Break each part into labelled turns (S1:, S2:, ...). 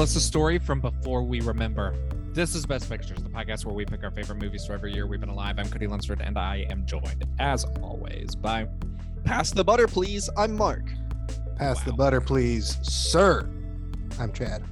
S1: us a story from before we remember. This is Best Pictures, the podcast where we pick our favorite movies from every year we've been alive. I'm Cody Lunsford, and I am joined, as always, by
S2: Pass the butter, please. I'm Mark.
S3: Pass the
S1: Wow.
S3: butter, please, sir. I'm Chad.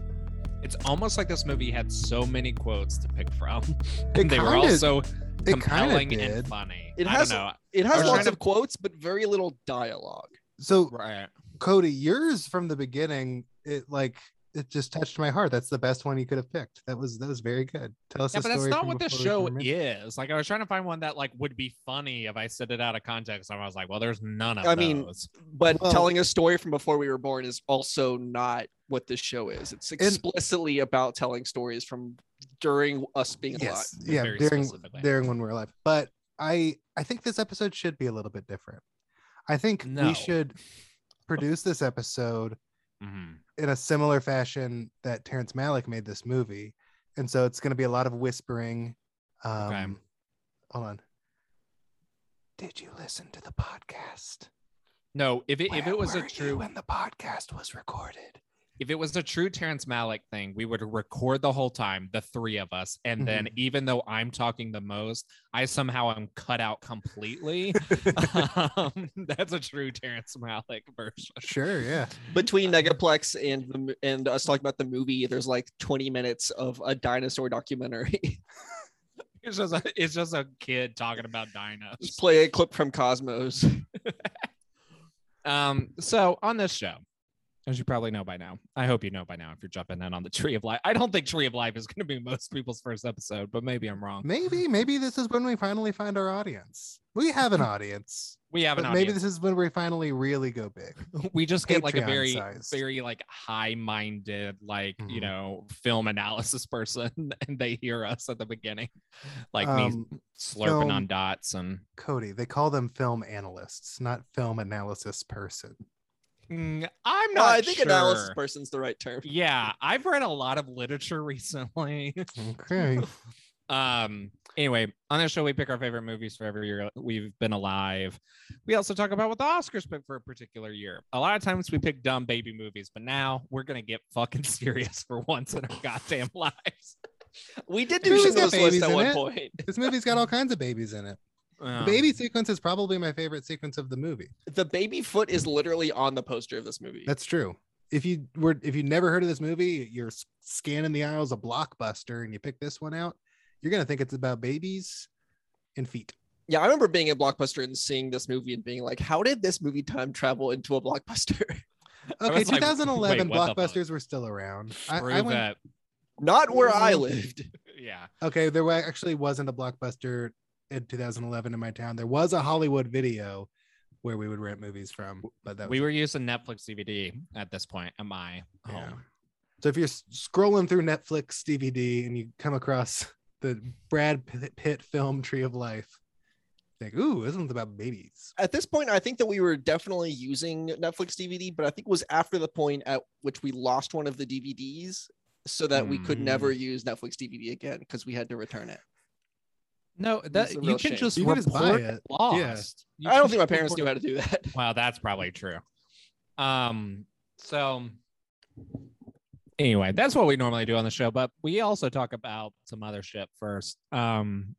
S1: It's almost like this movie had so many quotes to pick from.
S3: It
S1: they were
S3: kinda-
S1: all so
S3: it kinda
S1: compelling and
S3: did.
S1: funny.
S2: It
S1: I don't
S2: has-
S1: know.
S2: It
S1: I
S2: has
S1: was
S2: lots
S1: trying to-
S2: of quotes, but very little dialogue.
S3: So
S1: Right.
S3: Cody, yours from the beginning, it like it just touched my heart. That's the best one you could have picked. That was that was very good. Tell us.
S1: Yeah,
S3: a
S1: but that's
S3: story
S1: not
S3: from
S1: what this
S3: before we
S1: show
S3: remember.
S1: is. Like, I was trying to find one that like would be funny if I said it out of context, and I was like, "Well, there's none of
S2: I mean,
S1: those.
S2: But
S3: Well-
S2: telling a story from before we were born is also not what this show is. It's explicitly about telling stories from during us being
S3: Yes,
S1: lot,
S3: yeah,
S1: very
S3: during
S1: specifically.
S3: during when we're alive. But I I think this episode should be a little bit different. I think
S1: No.
S3: we should produce this episode
S1: Mhm.
S3: in a similar fashion that Terrence Malick made this movie, and so it's going to be a lot of whispering. Um,
S1: Okay.
S3: Hold on. Did you listen to the podcast?
S1: No, if it if
S3: Where
S1: it was
S3: were
S1: a
S3: you
S1: true
S3: when the podcast was recorded.
S1: if it was a true Terrence Malick thing, we would record the whole time, the three of us, and then
S3: Mm-hmm.
S1: even though I'm talking the most, I somehow am cut out completely. um, that's a true Terrence Malick version.
S3: Sure, yeah.
S2: alive. Between Negaplex and the, mo- and us talking about the movie, there's like 20 minutes of a dinosaur documentary.
S1: It's just a, it's just a kid talking about dinos.
S2: Just play a clip from Cosmos.
S1: Um, so on this show, as you probably know by now, I hope you know by now if you're jumping in on the Tree of Life. I don't think Tree of Life is going to be most people's first episode, but maybe I'm wrong.
S3: Maybe, maybe this is when we finally find our audience. We have an audience,
S1: We have
S3: but
S1: an
S3: maybe
S1: audience.
S3: this is when we finally really go big.
S1: we just get like a
S3: Patreon
S1: very,
S3: sized.
S1: very like high-minded, like you
S3: Mhm.
S1: know, film analysis person, and they hear us at the beginning, like me
S3: Um,
S1: slurping
S3: film-
S1: on dots and.
S3: Cody, they call them film analysts, not film analysis person.
S1: Mm, I'm
S2: No,
S1: not.
S2: I think
S1: sure.
S2: analysis person's the right term.
S1: Yeah, I've read a lot of literature recently.
S3: Okay.
S1: Um. Anyway, on this show, we pick our favorite movies for every year we've been alive. We also talk about what the Oscars pick for a particular year. A lot of times we pick dumb baby movies, but now we're gonna get fucking serious for once in our goddamn lives.
S2: We did
S3: Maybe
S2: do
S3: we
S2: shit
S3: got
S2: this list
S3: babies
S2: at
S3: in
S2: one
S3: it.
S2: point.
S3: this movie's got all kinds of babies in it.
S1: Um,
S3: The baby sequence is probably my favorite sequence of the movie.
S2: The baby foot is literally on the poster of this movie.
S3: That's true. If you were if you never heard of this movie, you're s- scanning the aisles of Blockbuster and you pick this one out, you're gonna think it's about babies and feet.
S2: Yeah, I remember being in Blockbuster and seeing this movie and being like, how did this movie time travel into a Blockbuster?
S3: Okay,
S1: was like,
S3: 2011
S1: wait, what the fuck?
S3: blockbusters were still around. I,
S1: Prove
S3: I went,
S1: it.
S2: Not where I lived.
S1: Yeah.
S3: okay, there wa- actually wasn't a blockbuster in 2011 in my town. There was a Hollywood video where we would rent movies from, but that was
S1: We were using Netflix DVD at this point at my
S3: Yeah.
S1: home.
S3: Oh, So if you're s- scrolling through Netflix DVD and you come across the Brad Pitt- Pitt film Tree of Life, think, ooh, this one's about babies.
S2: At this point, I think that we were definitely using Netflix DVD, but I think it was after the point at which we lost one of the DVDs so that we could
S1: Mm.
S2: never use Netflix DVD again because we had to return it.
S1: No,
S2: that- a you real can shame. just
S3: You can just buy report it.
S1: Lost.
S2: I don't think my parents knew how to do that.
S1: Wow, that's probably true. Um, so anyway, that's what we normally do on the show, but we also talk about some other shit first. Um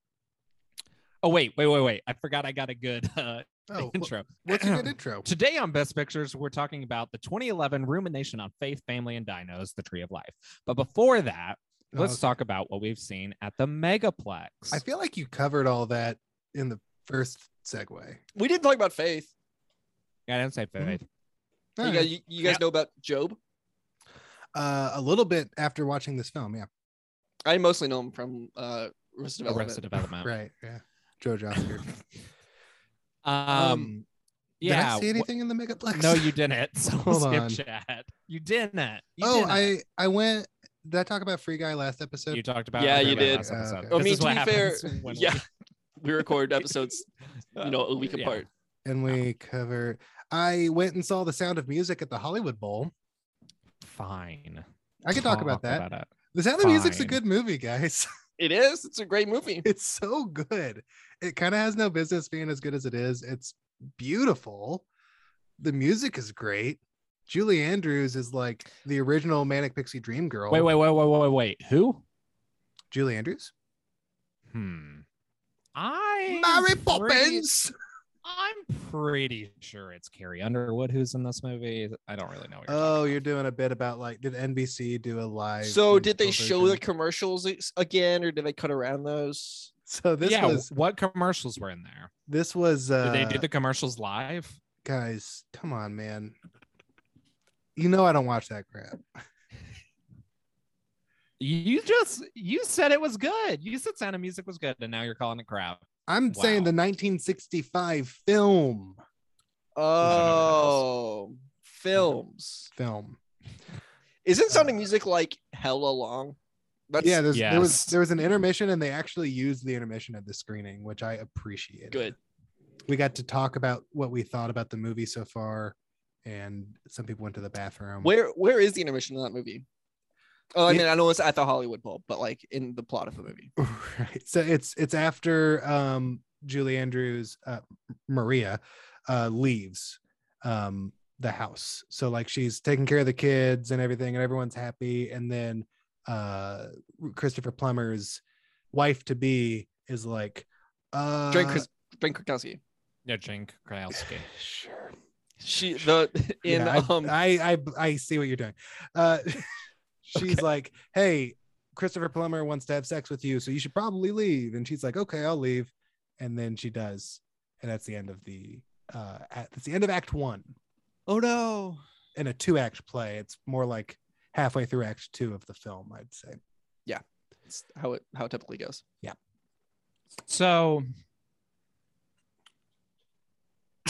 S1: Oh wait, wait, wait, wait. I forgot I got a good uh,
S3: Oh, wh-
S1: intro.
S3: what's a good intro?
S1: Today on Best Pictures, we're talking about the 2011 Rumination on Faith, Family, and Dinos, The Tree of Life. But before that, let's
S3: Okay.
S1: talk about what we've seen at the Megaplex.
S3: Oh, I feel like you covered all that in the first segue.
S2: We did talk about faith.
S1: I didn't say faith.
S2: You guys, you- you guys
S1: Yeah.
S2: know about Job?
S3: Uh, a little bit after watching this film, yeah,
S2: I mostly know him from uh, Arrested Development.
S1: Arrested Development.
S3: right, yeah. Joe Joster.
S1: Um,
S3: Um,
S1: yeah.
S3: Did I see
S1: wh-
S3: anything in the Megaplex?
S1: No, you didn't. So
S3: Hold
S1: skip
S3: on.
S1: chat. You didn't. You
S3: oh,
S1: didn't.
S3: I I went. Did I talk about Free Guy last episode?
S1: You talked about.
S2: Yeah,
S1: it
S2: you
S1: very
S2: did.
S1: last episode.
S3: Okay.
S2: I
S1: This
S2: mean,
S1: is
S2: to
S1: what
S2: be fair,
S1: happens when
S2: yeah, we record episodes, you know, a week
S1: Yeah.
S2: apart.
S1: Oh.
S3: and we cover i went and saw the sound of music at the hollywood bowl
S1: we- Fine.
S3: i could talk, about that
S1: Oh, about it.
S3: the sound of music's a
S1: Fine.
S3: good movie guys
S2: It is. It's a great movie.
S3: it's so good it kind of has no business being as good as it is it's beautiful the music is great Julie Andrews is like the original Manic Pixie Dream Girl.
S1: Wait, wait, wait, wait, wait, wait. Who?
S3: Julie Andrews?
S1: Hmm. I
S2: Mary
S1: pretty-
S2: Poppins.
S1: I'm pretty sure it's Carrie Underwood who's in this movie. I don't really know. What you're
S3: Oh,
S1: talking
S3: you're doing a bit about like did NBC do a live?
S2: So did they
S3: musical
S2: show the
S3: version?
S2: commercials ex- again, or did they cut around those?
S3: So
S1: about.
S3: this
S1: yeah,
S3: was
S1: what commercials were in there?
S3: this was
S1: Did
S3: uh
S1: they do the commercials live?
S3: guys, come on, man. You know I don't watch that crap.
S1: You just you said it was good. You said Sound of Music was good, and now you're calling it crap.
S3: I'm saying
S1: Wow.
S3: the 1965 film
S2: Oh, films.
S3: film.
S2: Isn't sounding music like hella long? That's
S3: Uh, yeah, there's, there was
S1: Yes.
S3: there was an intermission and they actually used the intermission at the screening, which I appreciate.
S2: good.
S3: We got to talk about what we thought about the movie so far, and some people went to the bathroom.
S2: Where where is the intermission in that movie? Oh, I
S3: It-
S2: mean, I know it's at the Hollywood Bowl, but like in the plot of the movie.
S3: right so it's it's after um julie andrews uh, maria uh leaves um the house so like she's taking care of the kids and everything and everyone's happy and then uh christopher plummer's wife to be is like uh
S2: Drake Chris, Drake Krakowski.
S1: Yeah, Jane Krakowski.
S3: sure
S2: She the in
S3: Yeah, I,
S2: um
S3: I, I I see what you're doing. Uh, she's like, "Hey, Christopher Plummer wants to have sex with you, so you should probably leave." And she's like, "Okay, I'll leave." And then she does, and that's the end of the uh, at, that's the end of Act One
S2: oh no.
S3: in a two act play. It's more like halfway through Act Two of the film, I'd say.
S2: It's how it how it typically goes.
S1: So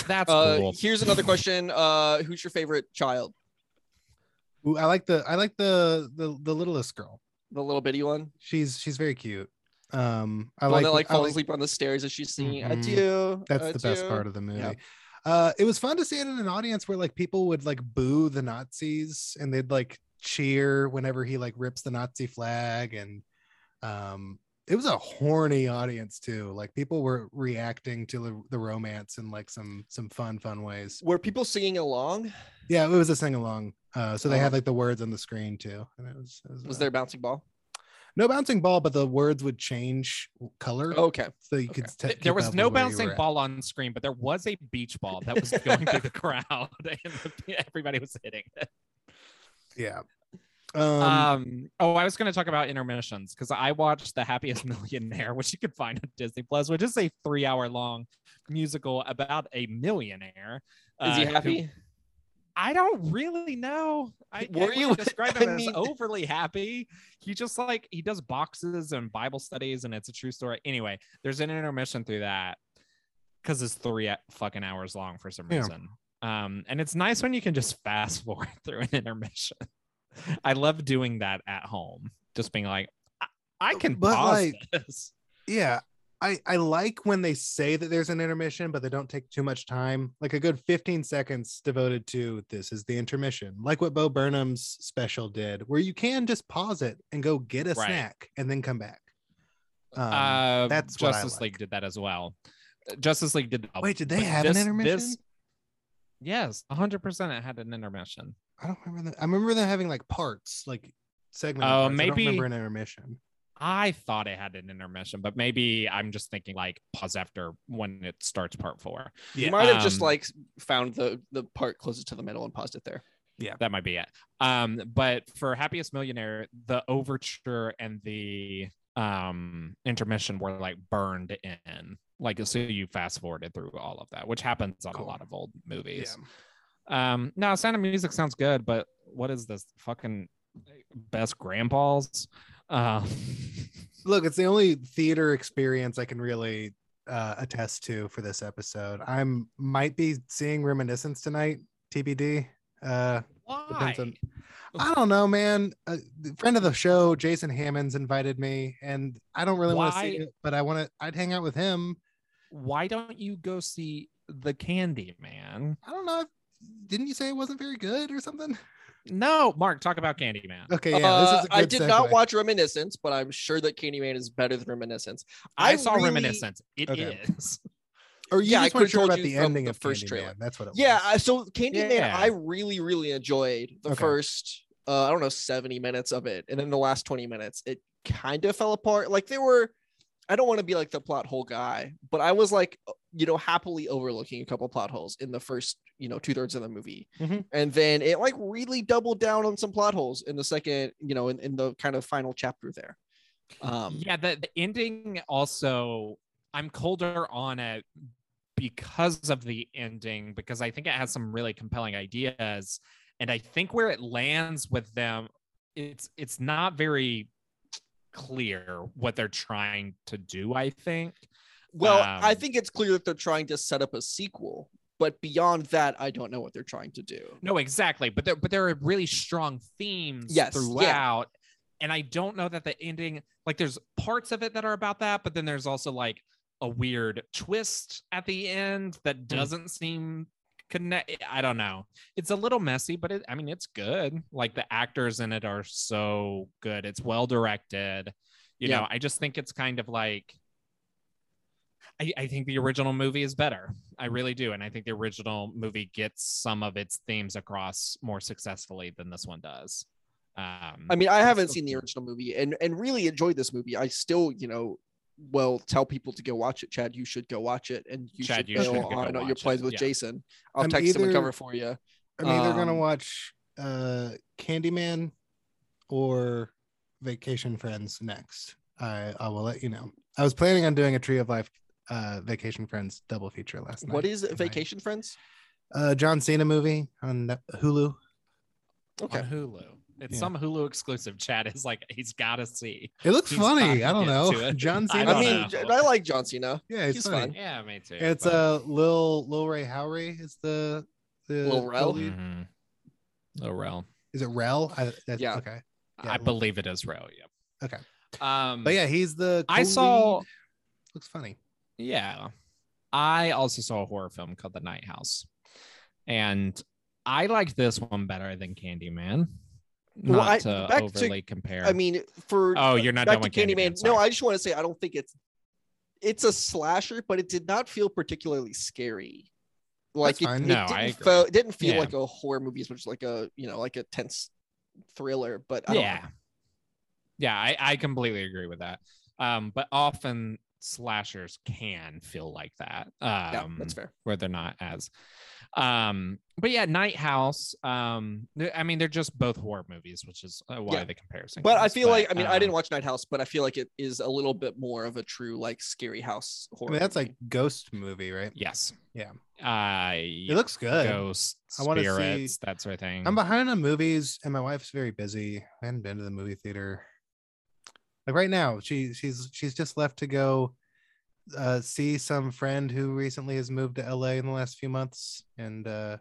S1: that's
S2: Uh,
S1: cool.
S2: here's another question. Uh who's your favorite child?
S3: Ooh, I like the I like the the the littlest girl.
S2: The little bitty one?
S3: She's she's very cute. Um, I
S2: The
S3: like
S2: one that like
S3: I
S2: falls asleep on the stairs as she's singing
S1: Mhm.
S2: adieu.
S3: That's the best
S2: adieu."
S3: part of the movie.
S2: Uh, Yeah.
S3: Uh, it was fun to see it in an audience where like people would like boo the Nazis and they'd like cheer whenever he like rips the Nazi flag and um it was a horny audience too. Like people were reacting to the, the romance in like some some fun fun ways.
S2: Were people singing along?
S3: Yeah, it was a sing along. Uh, so they had
S2: Oh.
S3: like the words on the screen too, and it was it was,
S2: Was
S3: uh,
S2: there a bouncing ball?
S3: no bouncing ball, but the words would change color,
S2: Okay.
S3: so you
S2: Oh, okay.
S3: could.
S1: Th-
S3: te-
S1: there
S3: keep up
S1: was
S3: with
S1: no
S3: where you
S1: bouncing
S3: were at.
S1: ball on screen, but there was a beach ball that was going through the crowd, and the, everybody was hitting. it.
S3: Yeah. Um,
S1: Um, oh, I was going to talk about intermissions because I watched The Happiest Millionaire, which you can find on Disney Plus, which is a three-hour-long musical about a millionaire.
S2: Is
S1: uh,
S2: he
S1: who-
S2: happy?
S1: I don't really know. I
S2: Were
S1: can't
S2: you-
S1: really describe
S2: I
S1: him
S2: mean-
S1: as overly happy. He just like he does boxes and Bible studies, and it's a true story. Anyway, there's an intermission through that because it's three a- fucking hours long for some
S3: Yeah.
S1: reason. Um, and it's nice when you can just fast forward through an intermission. I love doing that at home, just being like, I,
S2: Uh,
S1: I can
S3: But,
S1: pause
S3: like-
S1: this.
S3: yeah i i like when they say that there's an intermission but they don't take too much time like a good 15 seconds devoted to this is the intermission like what bo burnham's special did where you can just pause it and go get a
S1: Right.
S3: snack and then come back um,
S1: uh,
S3: that's what I
S1: Justice League
S3: like.
S1: did that as well. Uh, Justice League did that.
S3: wait did they
S1: but
S3: have an
S1: this-
S3: intermission
S1: this- Yes, 100% it had an intermission.
S3: i don't remember that i remember them having like parts like segments
S1: Oh,
S3: I
S1: maybe-
S3: don't remember an intermission
S1: I thought it had an intermission, but maybe I'm just thinking like pause after when it starts part four.
S3: Yeah.
S2: You might have just
S1: Um,
S2: like found the the part closest to the middle and paused it there.
S1: That might be it. Um, but for Happiest Millionaire, the overture and the um intermission were like burned in. Like so you fast forwarded through all of that, which happens on a
S3: Cool.
S1: lot of old
S3: yeah
S1: movies. Um, no, Sound of Music sounds good, but what is this fucking best grandpas? Uh,
S3: look it's the only theater experience i can really uh, attest to for this episode i'm might be seeing reminiscence tonight tbd uh
S1: why?
S3: depends on- i don't know man a friend of the show jason hammonds invited me and i don't really want to see
S1: Why-
S3: it but i want to i'd hang out with him
S1: Why don't you go see the Candy Man?
S3: i don't know if, didn't you say it wasn't very good or something
S1: No, Mark, talk about Candyman.
S3: okay yeah this
S2: Uh,
S3: is a good
S2: I did not
S3: segue.
S2: watch Reminiscence, but I'm sure that Candyman is better than Reminiscence.
S1: I,
S2: I
S1: saw
S2: really-
S1: Reminiscence. It is.
S3: Okay. Or you
S2: Yeah, I
S3: just weren't
S2: could've
S3: sure
S2: told
S3: about
S2: you
S3: the
S2: from
S3: ending
S2: the
S3: of
S2: first
S3: Candyman.
S2: trailer.
S3: That's what it
S2: Yeah,
S3: was.
S2: I- so Candyman,
S1: Yeah.
S2: I really, really enjoyed the
S3: Okay.
S2: first, uh, I don't know, 70 minutes of it. And then the last 20 minutes, it kind of fell apart. Like there were, I don't want to be like the plot hole guy, but I was like, uh, you know, happily overlooking a couple plot holes in the first, you know, two thirds of the movie.
S1: Mm-hmm.
S3: Mhm.
S2: And then it like really doubled down on some plot holes in the second, you know, in, in the kind of final chapter there. Um,
S1: yeah, the, the ending also, I'm colder on it because of the ending, because I think it has some really compelling ideas. And I think where it lands with them, it's it's not very clear what they're trying to do, I think.
S2: Well, I
S1: Um,
S2: think it's clear that they're trying to set up a sequel, but beyond that, I don't know what they're trying to do.
S1: No, exactly. But there, but there are really strong themes
S2: Yes, yeah.
S1: throughout. And I don't know that the ending, like, there's parts of it that are about that, but then there's also like a weird twist at the end
S2: Mm.
S1: that doesn't seem connect. I don't know. It's a little messy, but it, I mean, it's good. Like the actors in it are so good. It's well directed. You
S2: Yeah.
S1: know, I just think it's kind of like. I, I think the original movie is better. I really do. And I think the original movie gets some of its themes across more successfully than this one does. Um,
S2: I mean, I haven't
S1: so
S2: seen the
S1: cool.
S2: original movie and and really enjoyed this movie. I still, you know, well tell people to go watch it. Chad, you should go watch it, and you
S1: Chad,
S2: should
S1: you
S2: go
S1: should go
S2: on your
S1: watch
S2: plays
S1: it,
S2: with
S1: yeah.
S2: Jason. I'll
S3: I'm
S2: text him and
S3: either-
S2: cover for you.
S3: I'm either gonna
S2: Um,
S3: watch uh Candyman or Vacation Friends next. I I will let you know. I was planning on doing a Tree of Life uh Vacation Friends double feature last night.
S2: What is
S3: and I-
S2: Vacation Friends?
S3: Uh John Cena movie on Net- Hulu.
S2: Okay,
S1: on Hulu. It's
S3: Yeah.
S1: some Hulu exclusive. Chad is like, he's got to see.
S3: It looks
S1: He's
S3: funny.
S1: talking
S3: I
S1: it
S3: don't
S1: to
S3: know.
S1: it.
S3: John
S1: I
S2: I,
S3: Cena.
S1: don't
S2: mean,
S1: know.
S2: J- I like John Cena.
S3: yeah, it's
S2: he's fine.
S3: funny.
S1: Yeah, me too.
S3: It's
S1: but-
S3: uh Lil Lil Ray Howery is the the
S2: Lil Rel?
S3: lead.
S1: Mhm. Oh, Rel.
S3: Is it Rel? I, that's,
S2: Yeah. Hmm.
S3: Okay. Yeah.
S1: I believe it is Rel. Yeah.
S3: Okay.
S1: Um,
S3: But yeah, he's the.
S1: I
S3: co-lead.
S1: saw,
S3: Looks funny.
S1: yeah. I also saw a horror film called The Night House. And I liked this one better than Candyman. Not
S2: Well, I-
S1: to
S2: back to-
S1: overly compare.
S2: I mean, for
S1: Oh, you're not done
S2: back to
S1: with
S2: Candyman.
S1: Candyman.
S2: no,
S1: sorry.
S2: I just want to say I don't think it's it's a slasher, but it did not feel particularly scary. Like
S3: That's
S2: it,
S3: fine.
S2: it
S1: No, I
S2: didn't
S1: agree.
S2: feel, it didn't feel
S1: Yeah.
S2: like a horror movie as much as like a you know like a tense thriller. But I don't
S1: yeah, yeah, I, I completely agree with that. Um, but often slashers can feel like that. Um,
S2: yeah, that's fair.
S1: where they're not as um but yeah night house um th- i mean they're just both horror movies which is uh, why
S2: Yeah.
S1: the comparison
S2: But I
S1: comes,
S2: feel like I mean I
S1: um,
S2: didn't watch Night House, but I feel like it is a little bit more of a true like scary house horror.
S3: I mean, that's like
S2: movie.
S3: ghost movie, right?
S1: yes
S3: Yeah.
S1: uh
S3: It looks good.
S1: ghosts
S3: I wanna see-
S1: spirits that sort of thing
S3: I'm behind on movies, and my wife's very busy. I hadn't been to the movie theater. Like right now, she she's she's just left to go uh, see some friend who recently has moved to LA in the last few months, and uh,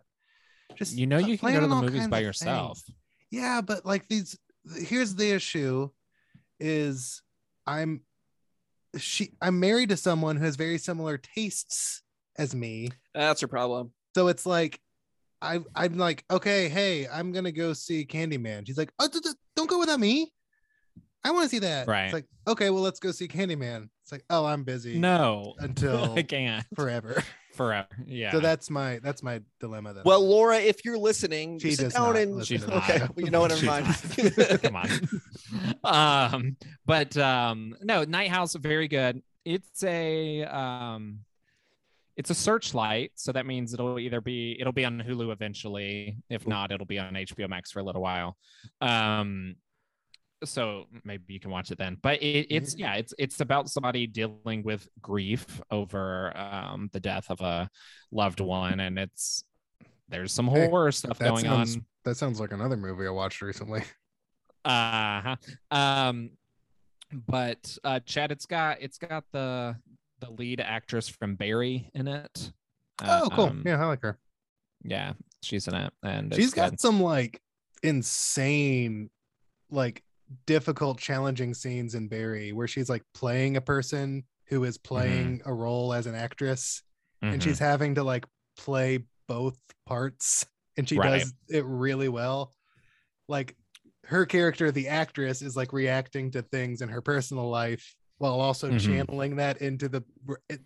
S3: just
S1: you know
S3: pl-
S1: you can go
S3: planning
S1: to the
S3: all
S1: movies
S3: kinds
S1: by
S3: of
S1: yourself
S3: things. Yeah, but like these here's the issue is I'm she I'm married to someone who has very similar tastes as me.
S2: that's your problem.
S3: So it's like I I'm like, okay, hey, I'm gonna go see Candyman. She's like, oh, d- d- don't go without me. I want to see that.
S1: Right.
S3: It's like, okay, well, let's go see Candyman. It's like, oh, I'm busy
S1: no
S3: until
S1: i can't
S3: forever.
S1: forever yeah
S3: So that's my that's my dilemma. That
S2: Well,
S3: I'm-
S2: Laura, if you're listening,
S3: She
S2: sit
S3: does
S2: down
S3: not
S2: and
S3: listen
S1: to this.
S2: okay, well, you know what?
S1: She's
S2: Never mind.
S1: not. come on um but um no night house very good it's a um it's a searchlight so that means it'll either be it'll be on hulu eventually if not it'll be on hbo max for a little while um so maybe you can watch it then but it,
S3: Mm-hmm.
S1: it's yeah it's it's about somebody dealing with grief over um the death of a loved one and it's there's some
S3: Hey,
S1: horror stuff
S3: that
S1: going
S3: sounds-
S1: on
S3: that sounds like another movie I watched recently.
S1: uh-huh. Um, but uh, Chad, it's got it's got the the lead actress from Barry in it. Uh,
S3: oh, cool.
S1: um,
S3: yeah, I like her.
S1: yeah, she's in it, and
S3: She's
S1: it's
S3: got
S1: good.
S3: some like insane, like difficult, challenging scenes in Barry where she's like playing a person who is
S1: Mm-hmm.
S3: playing a role as an actress and
S1: Mhm.
S3: she's having to like play both parts and she
S1: Right.
S3: does it really well. Like her character, the actress, is like reacting to things in her personal life while also
S1: Mhm.
S3: channeling that into the it,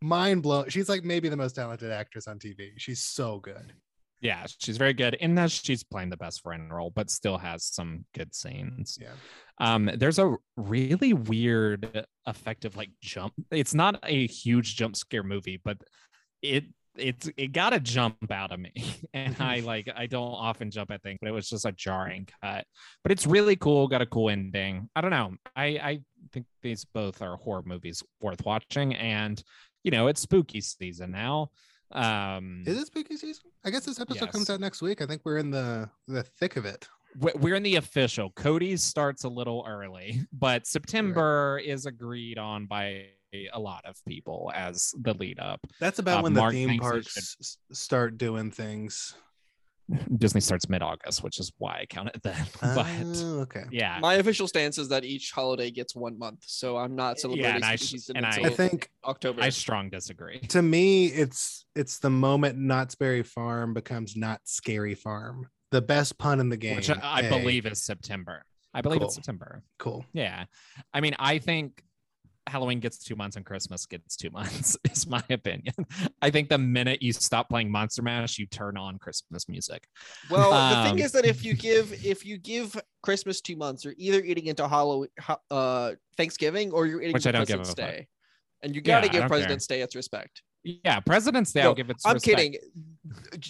S3: mind blown. She's like maybe the most talented actress on TV. She's so good.
S1: Yeah, she's very good in that she's playing the best friend role, but still has some good scenes.
S3: Yeah.
S1: Um, there's a really weird, effective like jump. It's not a huge jump scare movie, but it it's it got a jump out of me, and I like I don't often jump at things, but it was just a jarring cut. But it's really cool. Got a cool ending. I don't know. I I think these both are horror movies worth watching, and you know it's spooky season now. Um,
S3: Is it spooky season? I guess this episode comes
S1: Yes.
S3: out next week. I think we're in the the thick of it.
S1: we- we're in the official. Cody's starts a little early, but September is agreed on by a lot of people as the lead up.
S3: That's about
S1: Uh,
S3: when the
S1: Mark
S3: theme
S1: thinks we
S3: parks
S1: should-
S3: s- start doing things.
S1: Disney starts mid August, which is why I count it then. But
S3: Oh, okay.
S1: yeah,
S2: Uh, My official stance is that each holiday gets one month, so I'm not celebrating
S1: Yeah, and I
S2: spooky
S1: sh-
S2: season
S1: and I-
S2: until
S3: I think
S2: October.
S1: I strong disagree.
S3: to me, it's it's the moment Knott's Berry Farm becomes not scary farm. The best pun in the game.
S1: Which I, I
S3: Hey,
S1: believe is September. I believe
S3: Cool.
S1: it's September.
S3: Cool.
S1: Yeah. I mean, I think Halloween gets two months and Christmas gets two months, is my opinion. I think the minute you stop playing Monster Mash, you turn on Christmas music.
S2: Well, the
S1: Um,
S2: thing is that if you give if you give Christmas two months, you're either eating into Halloween, ho- uh, Thanksgiving, or you're eating
S1: Which I don't give
S2: President's
S1: a fuck.
S2: Day, and you
S1: Yeah,
S2: got to
S1: I
S2: give
S1: don't
S2: President's Day its respect.
S1: Yeah, President's Day,
S2: No,
S1: I'll give it.
S2: I'm
S1: respect.
S2: kidding.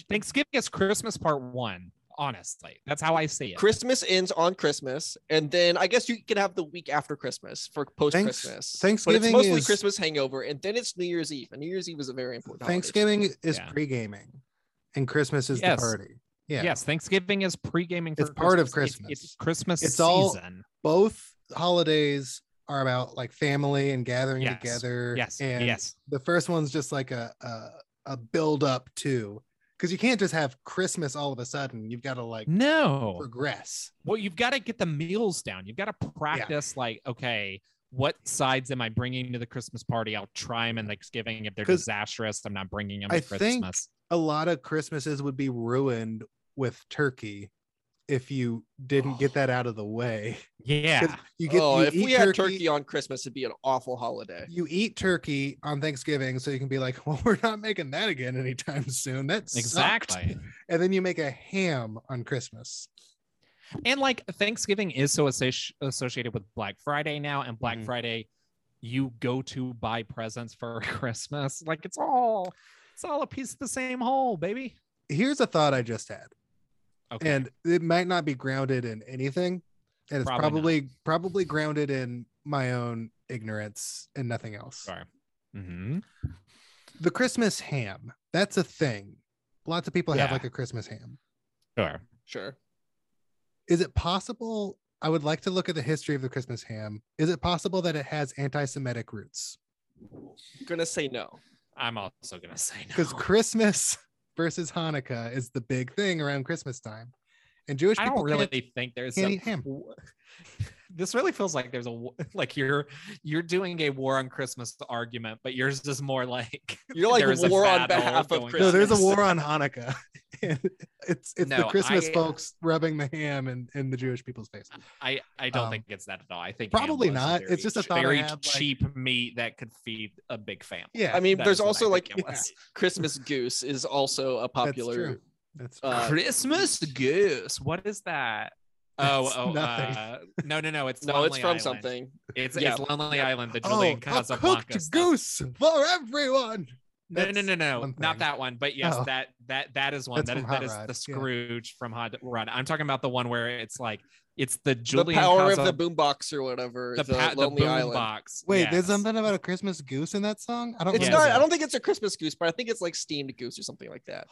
S1: Thanksgiving is Christmas part one. Honestly, that's how I see it.
S2: Christmas ends on Christmas, and then I guess you can have the week after Christmas for post Christmas. but
S3: Thanksgiving
S2: it's mostly
S3: is-
S2: Christmas hangover, and then it's New Year's Eve, and New Year's Eve is a very important. holiday.
S3: Thanksgiving is
S1: Yeah.
S3: pre-gaming, and Christmas is
S1: Yes.
S3: the party. Yeah.
S1: Yes, Thanksgiving is pre-gaming. For
S3: It's part of
S1: Christmas. It-
S3: Christmas.
S1: it's Christmas
S3: It's all-
S1: season.
S3: Both holidays are about like family and gathering
S1: Yes.
S3: together.
S1: yes,
S3: And
S1: yes.
S3: the first one's just like a a, a build up to because you can't just have Christmas all of a sudden. You've got to like
S1: No.
S3: progress.
S1: Well, you've got to get the meals down. You've got to practice. Like, okay, what sides am I bringing to the Christmas party? I'll try them in Thanksgiving. If they're
S3: 'Cause
S1: disastrous, I'm not bringing them.
S3: I
S1: to
S3: think-
S1: Christmas.
S3: A lot of Christmases would be ruined with turkey if you didn't get that out of the way. 'Cause
S1: Yeah.
S3: You get
S2: oh,
S3: you
S2: if
S3: eat
S2: we had turkey on Christmas, it'd be an awful holiday.
S3: you eat turkey on Thanksgiving, so you can be like, "Well, we're not making that again anytime soon." That's
S1: Exactly.
S3: And then you make a ham on Christmas.
S1: and like Thanksgiving is so associ- associated with Black Friday now, and Black
S3: Mhm.
S1: Friday, you go to buy presents for Christmas. Like it's all, it's all a piece of the same whole, baby.
S3: Here's a thought I just had,
S1: Okay,
S3: and it might not be grounded in anything, and it's
S1: Probably not.
S3: probably probably grounded in my own ignorance and nothing else.
S1: sorry. Mhm.
S3: The Christmas ham, that's a thing. Lots of people have
S1: Yeah.
S3: like a Christmas ham.
S1: Sure.
S2: Sure.
S3: is it possible i would like to look at the history of the christmas ham is it possible that it has anti-semitic roots
S2: Gonna say no.
S1: I'm also gonna say no.
S3: because christmas versus hanukkah is the big thing around christmas time and jewish
S1: I
S3: people
S1: don't really
S3: can't-
S1: think there's
S3: can't
S1: a-
S3: eat ham.
S1: This really feels like there's a wa- like you're you're doing a war on Christmas argument, but yours is more like
S2: You're like
S1: there is a
S2: war on
S1: battle
S2: behalf of
S1: going on.
S2: Christmas.
S3: no there's a war on hanukkah And it's it's the
S1: No,
S3: christmas
S1: I-
S3: folks rubbing the ham in, in the jewish people's face
S1: I I don't
S3: Um,
S1: think it's that at all. I think
S3: probably
S1: ham was
S3: not.
S1: very
S3: It's just a thought I
S1: very
S3: have, like-
S1: cheap meat that could feed a big family.
S3: yeah
S2: I mean,
S1: That
S2: there's
S1: is what I
S2: also like
S1: think it was.
S2: Christmas goose is also a popular.
S3: true. that's
S2: Uh,
S1: Christmas goose. What is that? Oh,
S3: That's
S1: oh,
S3: nothing.
S1: uh, no, no, no! It's
S2: no, it's
S1: Lonely
S2: from
S1: Island.
S2: something.
S1: It's,
S2: Yeah.
S1: it's Lonely Island, the
S3: oh,
S1: Julian
S3: a
S1: Casablanca.
S3: cooked
S1: stuff.
S3: goose for everyone
S1: No, no,
S3: That's
S1: no, no,
S3: one
S1: not
S3: thing.
S1: that one. But yes,
S3: Oh.
S1: that that that is one.
S3: That's
S1: That is
S3: from
S1: that
S3: Hot
S1: is
S3: Rod,
S1: the
S3: yeah.
S1: Scrooge from Hot Rod. I'm talking about the one where it's like it's the Julian
S2: the power
S1: Casab-
S2: of the boombox or whatever. The,
S1: pa-
S2: Lonely
S1: boom
S2: Island.
S1: box.
S3: wait there's
S1: Yes.
S3: something about a christmas goose in that song i don't
S2: It's
S1: Yeah.
S2: not.
S3: remember.
S2: I don't think it's a Christmas goose, but I think it's like steamed goose or something like that.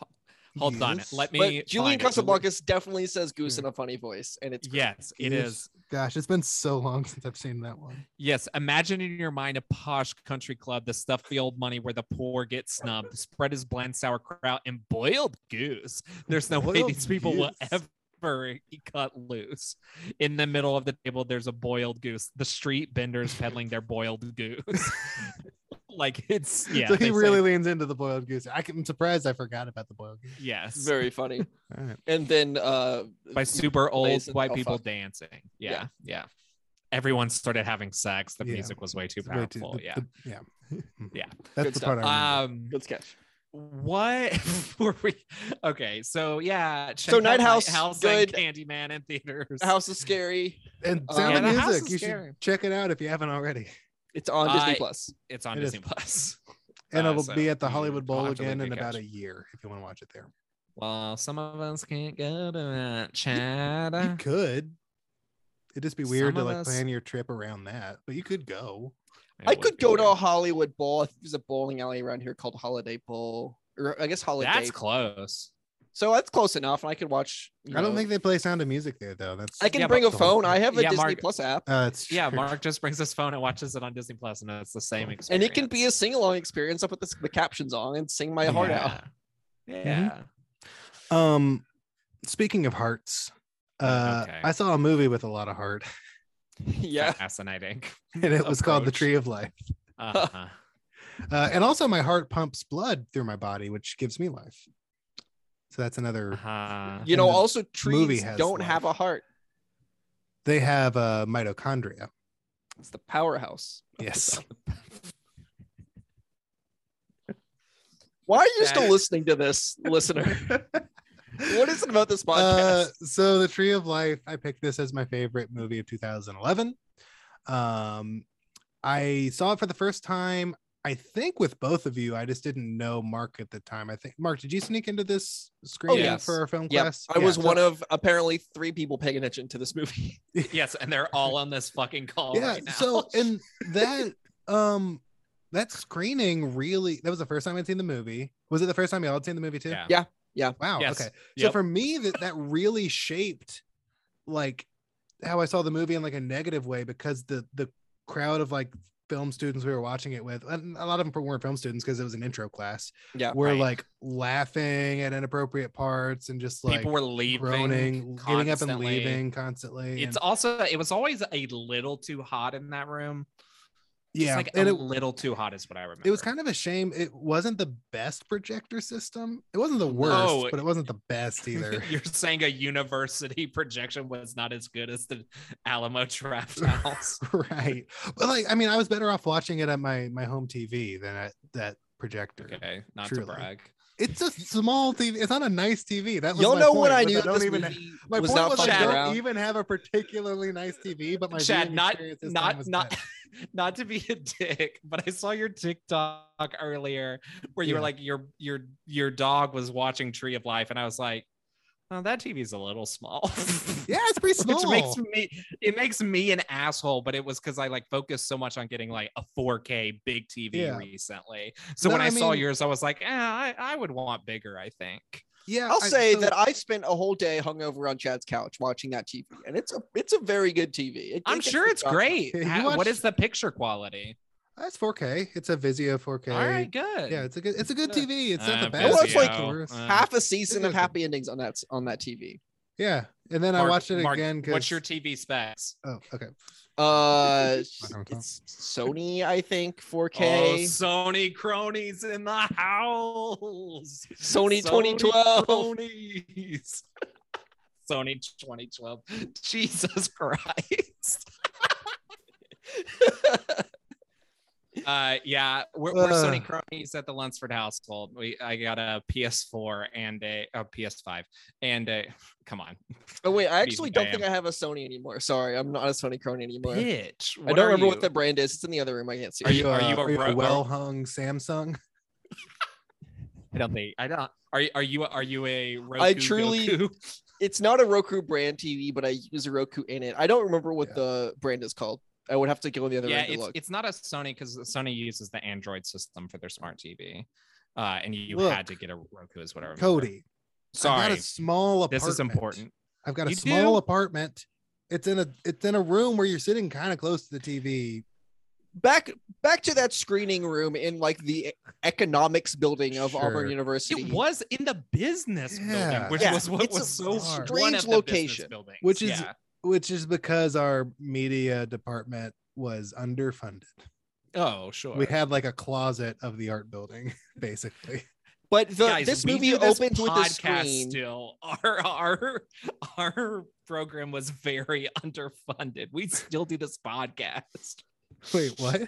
S1: Hold on,
S3: Yes.
S1: let me.
S2: But Julian
S1: find it.
S2: Casablancas definitely says goose in
S3: Mm.
S2: a funny voice, and it's great.
S1: Yes, it
S3: Goose.
S1: is.
S3: Gosh, it's been so long since I've seen that one.
S1: Yes, imagine in your mind a posh country club that stuffed the old money where the poor get snubbed, spread is bland sauerkraut, and boiled goose. There's no way
S3: Boiled
S1: these people will
S3: goose.
S1: ever cut loose. In the middle of the table, there's a boiled goose. The street vendors peddling their boiled goose. like it's yeah.
S3: so
S1: they
S3: he
S1: say-
S3: really leans into the boiled goose. I can, I'm surprised I forgot about the boiled goose.
S1: yes.
S2: It's very funny.
S3: All right.
S2: And then uh
S1: by super old
S2: Blaze and
S1: white people
S2: Alfalfa.
S1: dancing. Yeah, yeah. everyone started having sex. The
S3: Yeah.
S1: music was way too
S3: It's way too-
S1: powerful.
S3: the-
S1: yeah.
S3: the- yeah. Mm.
S1: Yeah.
S3: That's
S2: Good
S3: the
S2: stuff.
S3: part I
S1: um,
S2: Good sketch.
S1: what were we? Okay, so yeah. check
S2: So
S1: out
S2: Night House,
S1: House
S2: good.
S1: and Candyman in theaters.
S2: The house is scary.
S3: remember. And
S2: uh,
S3: sound
S2: yeah,
S3: of
S2: the
S1: house
S3: music.
S1: is
S3: You
S1: scary.
S3: should check it out if you haven't already.
S2: It's on Disney
S1: I-
S2: Plus.
S1: It's on
S3: It is.
S1: Disney Plus.
S3: And
S1: Uh,
S3: it'll
S1: so
S3: be at the
S1: you-
S3: Hollywood
S1: I'll
S3: Bowl
S1: have to link
S3: again
S1: a
S3: in about
S1: catch.
S3: a year if you want to watch it there.
S1: Well, some of us can't go to that,
S2: Eh.
S3: You
S1: Chad.
S3: could. It'd just be weird
S1: Some
S3: to
S1: of
S3: like
S1: us-
S3: plan your trip around that, but you could go.
S2: I could go to a Hollywood Bowl. I think there's a bowling alley around here called Holiday Bowl, or I guess Holiday.
S1: That's close.
S2: so that's close enough, and I could watch. you
S3: I don't
S2: know-
S3: think they play Sound of Music there though. That's
S2: I can
S1: Yeah,
S2: bring
S3: but
S2: a
S3: the whole-
S2: phone. I have a
S1: Yeah,
S2: Disney
S1: Mark-
S2: Plus app,
S3: uh, it's
S1: Yeah,
S3: true.
S1: Mark just brings his phone and watches it on Disney Plus, and it's the same experience.
S2: and it can be a sing along experience. I put the, the captions on and sing my heart out.
S1: yeah.
S3: Mm-hmm.
S1: Yeah.
S3: Um, speaking of hearts, uh,
S1: Okay.
S3: I saw a movie with a lot of heart,
S2: yeah,
S1: Fascinating.
S3: and it was called The
S1: Approach.
S3: Tree of Life.
S1: Uh-huh.
S3: Uh, and also, my heart pumps blood through my body, which gives me life. So that's another.
S1: Uh-huh.
S2: you know.
S3: and the
S2: Also,
S3: movie
S2: trees
S3: has
S2: don't have a
S3: life.
S2: heart.
S3: They have uh, mitochondria.
S2: It's the powerhouse.
S3: Yes,
S2: Why are you still
S1: That-
S2: listening to this, listener? what is it about this
S3: Uh,
S2: podcast?
S3: so the Tree of Life, I picked this as my favorite movie of 2011. Um, I saw it for the first time, I think, with both of you. I just didn't know Mark at the time. I think Mark, did you sneak into this screening
S2: Oh, yes.
S3: for our film
S2: Yep,
S3: class?
S2: I was
S3: Yeah, so-
S2: one of apparently three people paying attention to this movie.
S1: yes, and they're all on this fucking call
S3: yeah.
S1: right now.
S3: So and that um that screening really that was the first time I'd seen the movie. Was it the first time y'all had seen the movie too?
S1: Yeah.
S2: Yeah, yeah.
S3: Wow.
S1: Yes.
S3: Okay. So
S1: Yep.
S3: for me, that that really shaped like how I saw the movie in like a negative way because the the crowd of like film students we were watching it with, and a lot of them weren't film students because it was an intro class,
S2: Yeah,
S3: were
S1: right.
S3: like laughing at inappropriate parts and just like
S1: people were leaving,
S3: groaning, getting up and
S1: constantly.
S3: leaving constantly.
S1: It's
S3: and,
S1: also it was always a little too hot in that room. Just
S3: yeah,
S1: like
S3: and
S1: a
S3: it,
S1: little too hot is what I remember.
S3: it was kind of a shame. It wasn't the best projector system. It wasn't the worst,
S1: No.
S3: but it wasn't the best either.
S1: You're saying a university projection was not as good as the Alamo Draft House.
S3: right. But like, I mean, I was better off watching it at my my home TV than at that projector.
S1: okay, not
S3: Truly.
S1: to brag.
S3: It's a small TV. It's not a nice TV. That was
S2: Y'all
S3: my
S2: know when
S3: point,
S2: I
S3: was
S2: knew that
S3: don't
S2: this
S3: even.
S2: movie
S3: my
S2: was
S3: point
S2: not
S3: was I
S2: fucking
S3: don't
S2: around.
S3: even have a particularly nice TV, but my
S1: Chad,
S3: viewing
S1: not
S3: experience this time
S1: not
S3: was
S1: not
S3: bad.
S1: not to be a dick, but I saw your TikTok earlier where you were
S3: Yeah.
S1: like your your your dog was watching Tree of Life, and I was like, oh, that TV's a little small.
S3: Yeah, it's pretty small.
S1: Which makes me it makes me an asshole, but it was because I like focused so much on getting like a 4K big TV
S3: Yeah.
S1: recently. So
S3: No,
S1: when I,
S3: I
S1: saw
S3: mean-
S1: yours, I was like, eh, I, I would want bigger, I think.
S3: yeah,
S2: I'll
S3: I-
S2: say
S3: so-
S2: that I spent a whole day hungover on Chad's couch watching that TV, and it's a it's a very good TV. It-
S1: I'm
S2: it gets
S1: sure
S2: the
S1: it's
S2: job
S1: great.
S3: You
S1: Ha- what
S3: watched-
S1: is the picture quality?
S3: that's 4K. It's a Vizio 4K.
S1: All right, good.
S3: Yeah, it's a good. It's a good
S1: Uh,
S3: TV. It's not the
S1: uh,
S3: best.
S2: Well, it's
S3: not
S2: like-
S3: the worst.
S1: uh,
S2: done. Half a season of
S3: Interesting.
S2: happy endings on that on that TV.
S3: yeah, and then I
S1: Mark-
S3: watched it
S1: Mark,
S3: again. 'cause-
S1: What's your TV specs?
S3: Oh, okay.
S2: Uh,
S3: I don't know.
S2: it's Sony, I think,
S1: Oh,
S2: 4K.
S1: Sony cronies in the house.
S2: Sony 2012.
S1: cronies. Sony 2012. Jesus Christ. uh, yeah, we're, we're Sony cronies at the Lunsford household. We I got a PS4 and a, a PS5 and a. Come on,
S2: oh wait, I
S1: Jeez,
S2: actually don't
S1: I
S2: think I have a Sony anymore. Sorry, I'm not a Sony crone anymore.
S1: bitch.
S2: I
S1: what
S2: don't
S1: are
S2: remember
S1: you?
S2: what the brand is. It's in the other room. I can't see.
S1: Are
S2: it.
S1: you- are
S3: uh,
S1: you a ro- are-
S3: well hung Samsung?
S1: I don't think I don't. Are you are you are you a Roku
S2: truly-
S1: Goku?
S2: It's not a Roku brand TV, but I use a Roku in it. I don't remember what
S3: Yeah.
S2: the brand is called. I would have to go in the other
S1: yeah,
S2: room to
S1: it's,
S2: look.
S1: it's not a Sony because Sony uses the Android system for their smart TV, uh, and you
S3: Look.
S1: had to get a Roku is what I remember.
S3: Cody. I've
S1: sorry,
S3: got a small apartment.
S1: this is important.
S3: I've got a
S1: You
S3: small
S1: do?
S3: apartment. It's in a it's in a room where you're sitting kind of close to the TV.
S2: back back to that screening room in like the e-, economics building of Auburn
S3: Sure.
S2: University.
S1: It was in the business
S3: Yeah.
S1: building, which
S2: Yeah,
S1: was what
S2: it's a
S1: was so
S3: strange
S1: one of the business
S2: location,
S1: buildings.
S3: which is-
S1: Yeah.
S3: Which is because our media department was underfunded.
S1: oh sure.
S3: We had like a closet of the art building, basically.
S2: But the,
S1: Guys,
S2: this
S1: we
S2: movie
S1: do this
S2: opens with a
S1: podcast
S2: screen.
S1: Still, our our our program was very underfunded. We still do this podcast.
S3: Wait, what?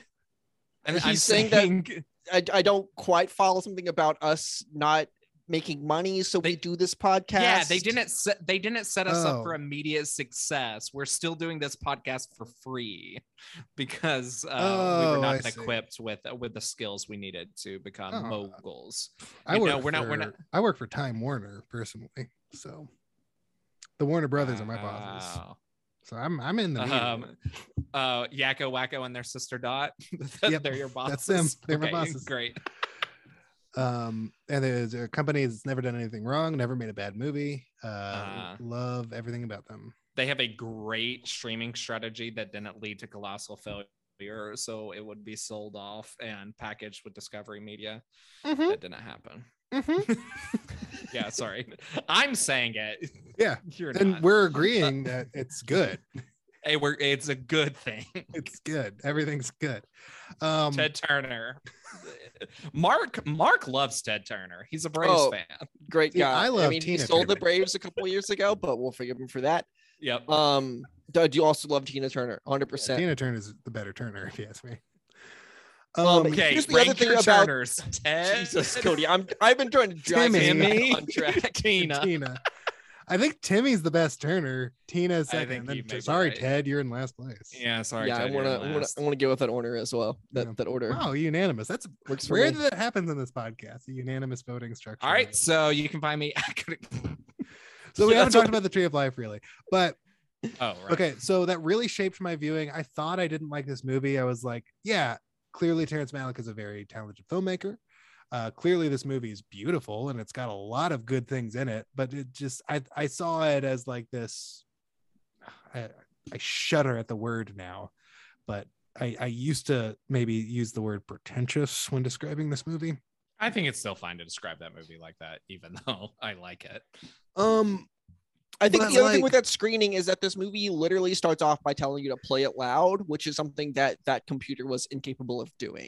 S1: And
S2: He's
S1: I'm
S2: saying
S1: saying,
S2: that I, I don't quite follow something about us not making money, so we
S1: They-
S2: do this podcast.
S1: yeah, they didn't set, they didn't set us
S3: Oh.
S1: up for immediate success. We're still doing this podcast for free because uh, we
S3: Oh,
S1: were
S3: I
S1: not
S3: see.
S1: equipped with with the skills we needed to become
S3: Oh.
S1: moguls.
S3: I
S1: You
S3: work.
S1: know, we're not-
S3: For,
S1: we're not-
S3: I work for Time Warner personally, so the Warner Brothers are my bosses.
S1: Wow.
S3: So I'm I'm in the meeting.
S1: Uh, Ah. um uh yakko wacko and their sister dot
S3: Yep,
S1: they're your bosses
S3: that's them. They're my bosses.
S1: great
S3: um and there's a company that's never done anything wrong never made a bad movie uh,
S1: Uh-huh.
S3: love everything about them
S1: they have a great streaming strategy that didn't lead to colossal failure so it would be sold off and packaged with discovery media
S3: Mhm.
S1: that didn't happen yeah sorry i'm saying it
S3: Yeah,
S1: you're
S3: and
S1: not.
S3: we're agreeing that it's good
S1: hey we're it's a good thing
S3: it's good everything's good um
S1: ted turner mark mark loves ted turner he's a braves
S2: Oh.
S1: fan
S2: Great
S3: Yeah,
S2: guy.
S3: I love
S2: mean, he
S3: Tina
S2: sold the
S3: Turner.
S2: Braves a couple years ago, but we'll forgive him for that.
S1: yep
S2: Um, Doug, you also love Tina Turner, 100. percent
S3: tina turner's the better turner if you ask me
S2: Um,
S3: Um,
S1: okay
S2: Here's the
S1: rank
S2: other thing
S1: your
S2: about-
S1: turners ted
S2: Jesus, Cody, I'm I've been trying to drive
S3: Timmy.
S2: him
S1: Timmy.
S2: on track.
S1: Tina.
S3: tina i think timmy's the best turner tina is
S1: I
S3: second
S1: think you
S3: then
S1: may be
S3: sorry
S1: right.
S3: ted you're in last place
S1: Yeah, sorry.
S2: yeah, I
S1: Ted, you're
S2: want to I want
S1: last.
S2: to I want to go with that order as well. That
S3: Yeah.
S2: that order
S3: wow unanimous that's
S2: works for
S3: rare
S2: me.
S3: that happens in this podcast a unanimous voting structure
S1: All right, so you can find me. I couldn't-
S3: so we
S2: Yeah,
S3: haven't
S2: that's what-
S3: talked about the tree of life really but
S1: oh, right.
S3: Okay, so that really shaped my viewing. I thought I didn't like this movie. I was like, yeah, clearly Terrence Malick is a very talented filmmaker. Uh, clearly, this movie is beautiful and it's got a lot of good things in it. But it just, I, I saw it as like this. I, I shudder at the word now, but I, I used to maybe use the word pretentious when describing this movie.
S1: I think it's still fine to describe that movie like that, even though I like it.
S3: Um,
S2: I think
S3: But,
S2: the other thing
S3: like-
S2: with that screening is that this movie literally starts off by telling you to play it loud, which is something that that computer was incapable of doing.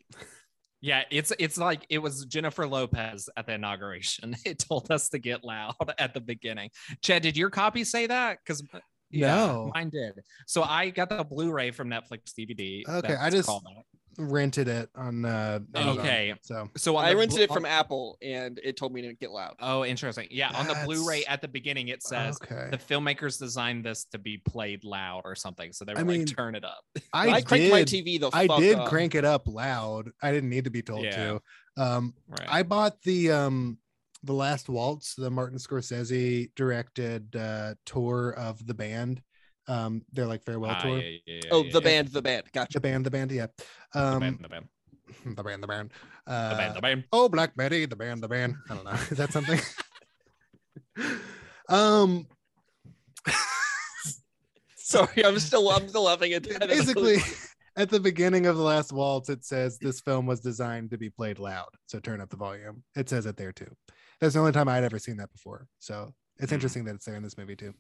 S1: Yeah, it's it's like it was Jennifer Lopez at the inauguration. It told us to get loud at the beginning. Chad, did your copy say that? Because
S3: No.
S1: mine did. So I got the Blu-ray from Netflix DVD.
S3: Okay,
S1: That's
S3: I just-
S1: called that.
S3: rented it on uh, Amazon.
S1: Okay.
S3: So
S1: so on
S2: I
S1: the
S2: rented
S1: Blu-
S2: it from
S1: on-
S2: Apple, and it told me to get loud.
S1: Oh, interesting. Yeah, on the
S3: That's-
S1: Blu-ray at the beginning it says
S3: okay.
S1: the filmmakers designed this to be played loud or something. So they
S3: I
S1: were like,
S3: mean,
S1: turn it up.
S3: I,
S2: I, cranked my
S3: did-
S2: TV the
S3: I
S2: fuck
S3: did
S2: up.
S3: crank it up loud. I didn't need to be told
S1: Yeah.
S3: to. Um,
S1: Right.
S3: I bought the um, the last waltz, the Martin Scorsese directed uh, tour of the band. Um, their like farewell
S1: Ah,
S3: tour.
S1: yeah, yeah, yeah,
S2: Oh,
S1: yeah,
S2: the
S1: yeah.
S2: band, the band. Gotcha.
S3: The band, the band, yeah.
S1: The
S3: Um,
S1: band, the band,
S3: the band, the band.
S1: the
S3: Uh,
S1: band, the band.
S3: Oh, Black Betty, the band, the band. I don't know. Is that something? um,
S2: Sorry, I'm still I'm still laughing at that.
S3: basically at the beginning of the last waltz it says this film was designed to be played loud so turn up the volume it says it there too that's the only time i'd ever seen that before so it's
S1: Hmm.
S3: interesting that it's there in this movie too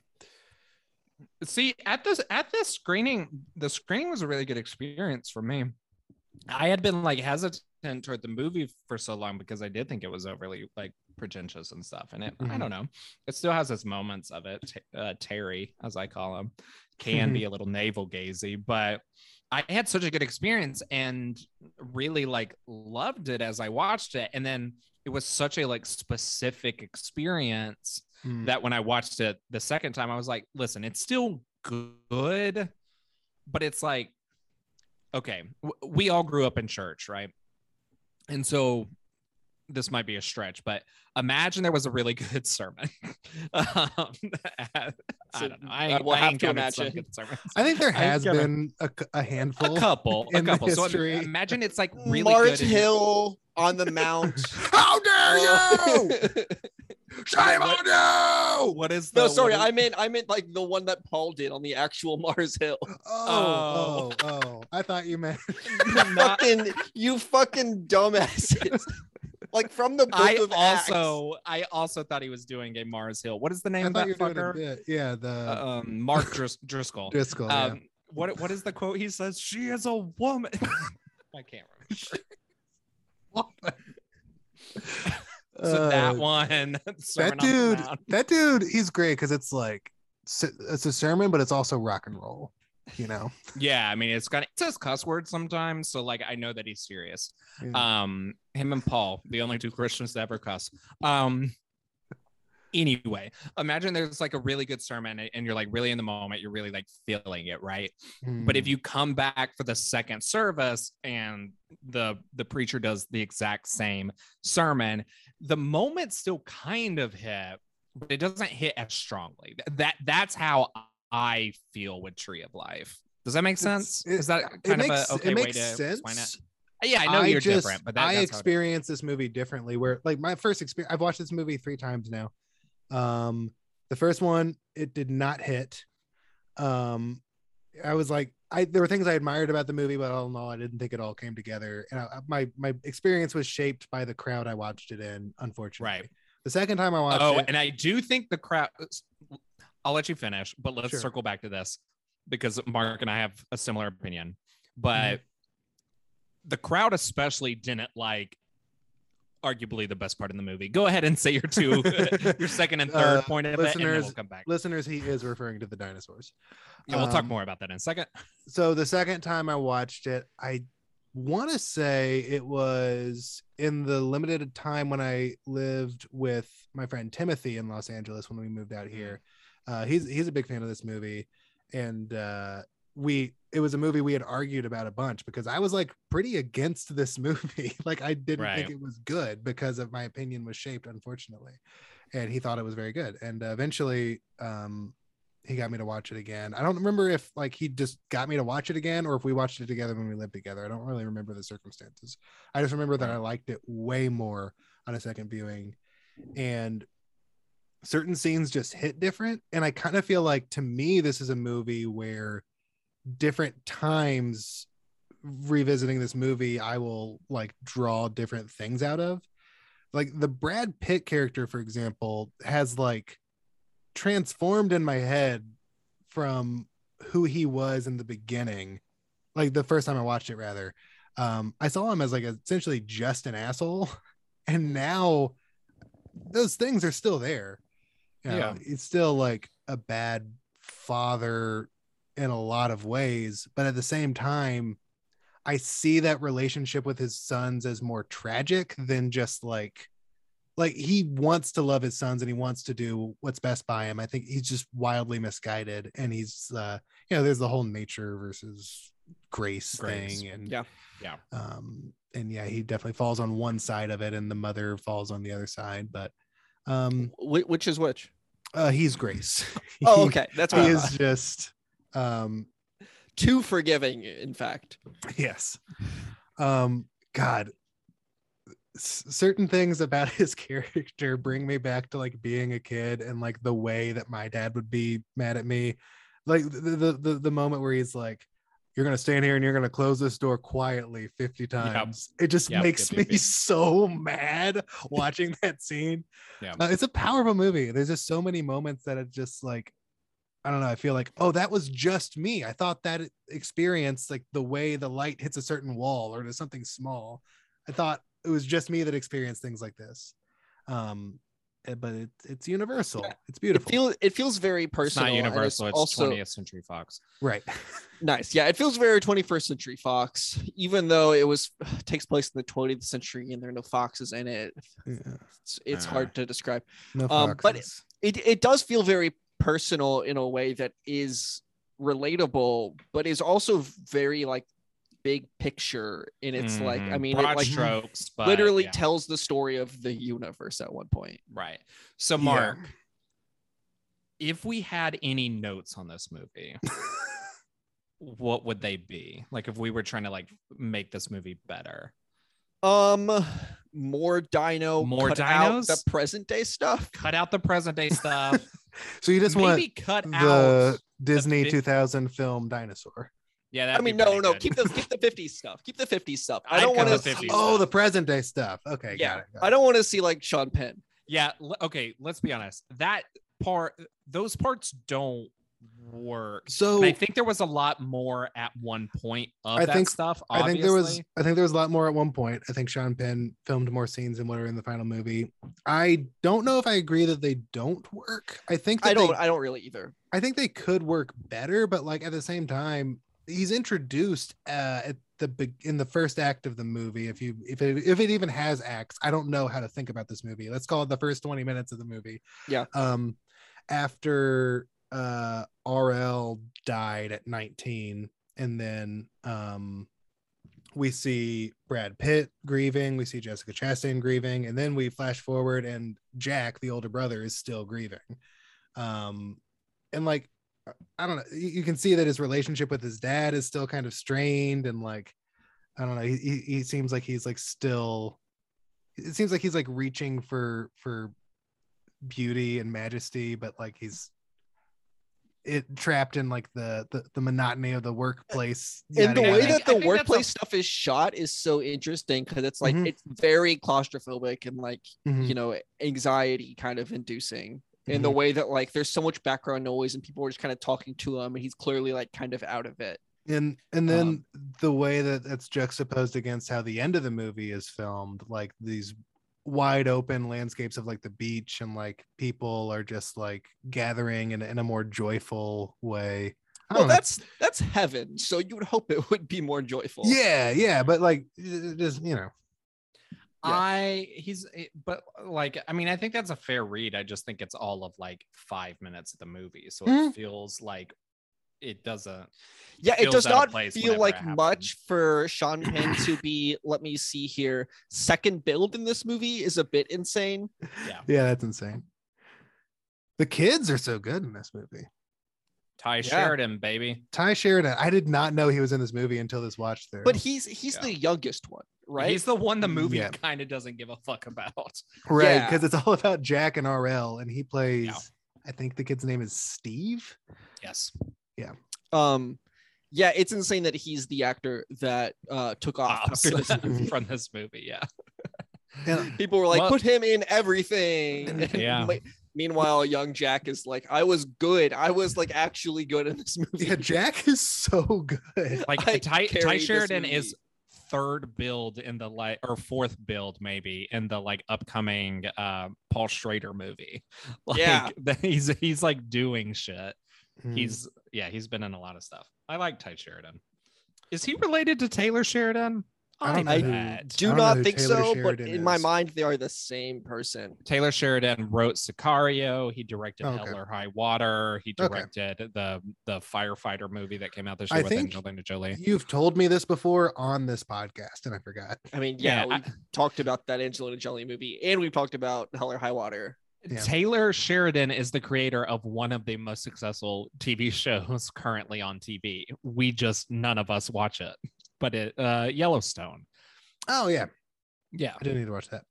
S1: See, at this at this screening, the screening was a really good experience for me. I had been like hesitant toward the movie for so long because I did think it was overly like pretentious and stuff. And it, I
S3: Mhm.
S1: don't know, it still has its moments of it. T- Uh, Terry, as I call him, can be a little navel gazy, but I had such a good experience and really like loved it as I watched it. And then it was such a like specific experience
S3: Hmm.
S1: that when I watched it the second time, I was like, listen, it's still good, but it's like, okay, w- we all grew up in church, right? And so this might be a stretch, but imagine there was a really good sermon. um, I
S2: So,
S1: don't know.
S2: uh,
S1: I,
S2: we'll
S1: I
S2: have
S1: ain't
S2: to
S1: counted some
S2: imagine.
S1: good sermons.
S3: i think there
S1: I
S3: has
S1: gotta-
S3: been a, c- a handful
S1: A couple, a
S3: in the
S1: couple. So im-
S3: history.
S1: imagine it's like really
S2: Mars
S1: good. and-
S2: Hill on the Mount.
S3: how dare
S2: Oh.
S3: you shame on you
S1: Oh, What is the?
S2: no, sorry,
S1: what
S2: I
S1: is-
S2: meant I meant like the one that Paul did on the actual Mars Hill.
S3: oh oh oh i thought you meant
S1: not-
S2: fucking you fucking dumbasses. like from the book
S1: I
S2: of Acts.
S1: also, I also thought he was doing a Mars Hill. What is the name
S3: i
S1: of
S3: thought
S1: that
S3: you were doing a
S1: fucker?
S3: bit yeah the
S1: Uh, um, Mark Dris- Driscoll.
S3: driscoll yeah.
S1: Um, what what is the quote? He says, "She is a woman." I can't remember. So
S3: Uh,
S1: that one, Sermon
S3: that
S1: on the
S3: dude
S1: Mount.
S3: that dude he's great because it's like s- it's a sermon but it's also rock and roll you know
S1: Yeah, I mean, it's got it says cuss words sometimes, so like I know that he's serious.
S3: Yeah.
S1: Um, him and Paul, the only two Christians to ever cuss. Um, anyway, imagine there's like a really good sermon, and- and you're like really in the moment, you're really like feeling it, right? But
S3: Mm. Hmm.
S1: if you come back for the second service and the the preacher does the exact same sermon, the moment still kind of hit, but it doesn't hit as strongly. Th- That that's how I feel with Tree of Life. Does that make
S3: It's-
S1: sense? Is that
S3: it
S1: kind
S3: makes-
S1: of a okay
S3: it
S1: way
S3: makes
S1: to explain it?
S3: sense
S1: Yeah, I know
S3: I
S1: you're
S3: just-
S1: different, but that, that's
S3: I
S1: how it-
S3: experienced this movie differently. Where like my first experience, I've watched this movie three times now. Um, the first one, it did not hit. Um, I was like, I there were things I admired about the movie, but all in all, I didn't think it all came together. And I, I- my my experience was shaped by the crowd I watched it in. Unfortunately,
S1: Right.
S3: The second time I watched
S1: Oh,
S3: it,
S1: and I do think the crowd. uh, I'll let you finish, but let's
S3: Sure.
S1: circle back to this because Mark and I have a similar opinion.
S2: Mm-hmm.
S1: But the crowd, especially, didn't like arguably the best part in the movie. Go ahead and say your two, your second and third
S3: Uh,
S1: point of it, and then we'll
S3: listeners-
S1: come back.
S3: listeners, he is referring to the dinosaurs.
S1: Yeah, we'll talk
S3: um,
S1: more about that in a second.
S3: so the second time I watched it, I want to say it was in the limited time when I lived with my friend Timothy in Los Angeles when we moved out here. Uh, he's he's a big fan of this movie, and uh, we it was a movie we had argued about a bunch because I was like pretty against this movie. like I didn't
S1: Right.
S3: think it was good because of my opinion was shaped unfortunately, and he thought it was very good. And uh, eventually, um, he got me to watch it again. I don't remember if like he just got me to watch it again or if we watched it together when we lived together. I don't really remember the circumstances. I just remember that I liked it way more on a second viewing and certain scenes just hit different and I kind of feel like to me this is a movie where different times revisiting this movie I will like draw different things out of. Like the Brad Pitt character for example has like transformed in my head from who he was in the beginning like the first time i watched it rather um i saw him as like essentially just an asshole and now those things are still there you know,
S1: Yeah.
S3: he's still like a bad father in a lot of ways but at the same time i see that relationship with his sons as more tragic than just like like he wants to love his sons and he wants to do what's best by him. I think he's just wildly misguided and he's uh you know there's the whole nature versus grace,
S1: Grace.
S3: thing and
S2: Yeah.
S1: Yeah.
S3: Um and yeah, he definitely falls on one side of it and the mother falls on the other side, but um
S2: Wh- which is which?
S3: uh he's grace.
S2: Oh, okay. That's
S3: he,
S2: what
S3: he
S2: I
S3: is
S2: thought.
S3: just um
S2: too forgiving. In fact,
S3: yes um god S- certain things about his character bring me back to like being a kid and like the way that my dad would be mad at me like the the the, the moment where he's like you're gonna stand here and you're gonna close this door quietly 50 times it just
S1: Yep,
S3: makes
S1: yep, yep,
S3: me
S1: yep.
S3: so mad watching that scene
S1: Yeah.
S3: Uh, it's a powerful movie there's just so many moments that it just like I don't know. I feel like, oh, that was just me. I thought that experience, like the way the light hits a certain wall or to something small, I thought it was just me that experienced things like this. Um, eh, but it, it's universal.
S2: Yeah.
S3: It's
S2: it
S3: beautiful,
S2: feels it feels very
S1: It's not
S2: personal. and
S1: universal. It's
S2: also
S1: 20th Century Fox.
S3: right?
S2: nice. Yeah, it feels very 21st century Fox, even though it was takes place in the 20th century and there are no foxes in it.
S3: Yeah.
S2: It's, it's
S1: Uh.
S2: hard to describe.
S3: No
S2: Um, but
S3: foxes.
S2: it it does feel very personal in a way that is relatable, but is also very like big picture. And it's like, I
S1: Mhm.
S2: mean, it,
S1: broad
S2: like
S1: strokes, but
S2: literally
S1: yeah,
S2: tells the story of the universe at one point.
S1: right. So,
S3: Yeah.
S1: Mark, if we had any notes on this movie, what would they be? Like if we were trying to like make this movie better.
S2: Um, more dino,
S1: More
S2: cut out the
S1: dinos?
S2: present day stuff.
S1: Cut out the present day stuff.
S3: so you just
S1: Maybe cut
S3: want the
S1: out.
S3: Disney
S1: big-
S3: 2000 film dinosaur?
S1: Yeah, that.
S2: I mean, no, no, keep the keep the 50s stuff. Keep the 50s stuff. I
S1: I'd
S2: don't
S1: cut
S2: want
S1: the
S2: to.
S1: 50s
S2: see-
S3: Oh, the present day stuff. Okay,
S2: yeah,
S3: got it. got
S2: I don't want to see like Sean Penn.
S1: Yeah. l- Okay. Let's be honest. That part, those parts don't worked.
S3: So
S1: And I think there was a lot more at one point of
S3: I
S1: that
S3: think-
S1: stuff.
S3: I
S1: Obviously.
S3: think there was I think there was a lot more at one point. I think Sean Penn filmed more scenes than what are in the final movie. I don't know if I agree that they don't work. I think that
S2: I don't.
S3: they-
S2: I don't really either.
S3: I think they could work better, but like at the same time, he's introduced uh, at the be- in the first act of the movie. If you if it, if it even has acts, I don't know how to think about this movie. Let's call it the first twenty minutes of the movie.
S2: Yeah.
S3: Um, after uh RL died at nineteen, and then um. We see Brad Pitt grieving. We see Jessica Chastain grieving, and then we flash forward, and Jack, the older brother, is still grieving. Um, and like i don't know you, you can see that his relationship with his dad is still kind of strained and like i don't know he, he, he seems like he's like still it seems like he's like reaching for for beauty and majesty but like he's it trapped in like the the, the monotony of the workplace
S2: And the
S3: yada,
S2: way
S3: yada.
S1: I
S2: that
S1: think- I
S2: the
S1: think that's a-
S2: workplace stuff is shot is so interesting because it's like
S3: Mhm.
S2: it's very claustrophobic and like
S3: Mhm.
S2: you know anxiety kind of inducing. In the
S3: Mhm.
S2: way that like there's so much background noise and people are just kind of talking to him and he's clearly like kind of out of it.
S3: and and then
S2: Um,
S3: the way that that's juxtaposed against how the end of the movie is filmed like these wide open landscapes of like the beach and like people are just like gathering in, in a more joyful way I
S2: Well,
S3: don't know.
S2: that's that's heaven. So you would hope it would be more joyful.
S3: yeah yeah but like it- it just you know
S2: Yeah.
S1: I he's eh, but uh, like I mean I think that's a fair read. I just think it's all of like five minutes of the movie, so
S3: Mhm.
S2: Mm.
S1: it feels like it doesn't.
S2: Yeah, it
S1: feels
S2: does
S1: out of
S2: not
S1: place
S2: feel
S1: whenever it
S2: like
S1: happens.
S2: much for Sean Penn to be, let me see here, second build in this movie is a bit insane.
S3: yeah that's insane the kids are so good in this movie
S1: Ty Sheridan, baby.
S3: ty sheridan i did not know he was in this movie until this watch through
S2: But he's he's the youngest one, right?
S1: He's the one the movie
S3: Yeah.
S1: kind of doesn't give a fuck about.
S3: right
S2: yeah.
S3: because it's all about jack and rl and he plays
S1: Yeah.
S3: i think the kid's name is steve
S1: Yes.
S2: um yeah, it's insane that he's the actor that uh took off
S1: Ops
S2: after this movie.
S1: from this movie, yeah.
S3: And-
S2: People were like,
S1: Well-
S2: put him in everything. And
S1: Yeah.
S2: like- meanwhile, young Jack is like, I was good. I was like actually good in this movie.
S3: Yeah, Jack is so good.
S1: Like
S2: I
S1: Ty, Ty
S2: carried this
S1: Sheridan
S2: movie.
S1: is third build in the like or fourth build maybe in the like upcoming uh Paul Schrader movie. Like
S2: Yeah.
S1: he's he's like doing shit.
S3: Hmm.
S1: He's yeah, he's been in a lot of stuff. I like Ty Sheridan. Is he related to Taylor Sheridan?
S3: I don't
S1: I
S2: know who-
S1: bet.
S3: I
S2: Do
S3: don't know
S2: not
S3: who
S2: think
S3: Taylor
S2: so, but
S3: Sheridan
S2: in my
S3: is.
S2: mind, they are the same person.
S1: Taylor Sheridan wrote Sicario. He directed
S3: Oh, Okay.
S1: Hell or High Water. He
S3: Okay.
S1: directed the the firefighter movie that came out this
S3: I
S1: year with
S3: think-
S1: Angelina Jolie.
S3: You've told me this before on this podcast, and I forgot.
S2: I mean, yeah,
S1: Yeah,
S2: we
S1: I-
S2: talked about that Angelina Jolie movie, and we talked about Hell or High Water.
S3: Yeah.
S1: Taylor Sheridan is the creator of one of the most successful TV shows currently on TV. We just none of us watch it, but it uh, Yellowstone.
S3: Oh yeah,
S1: Yeah,
S3: I didn't need to watch that.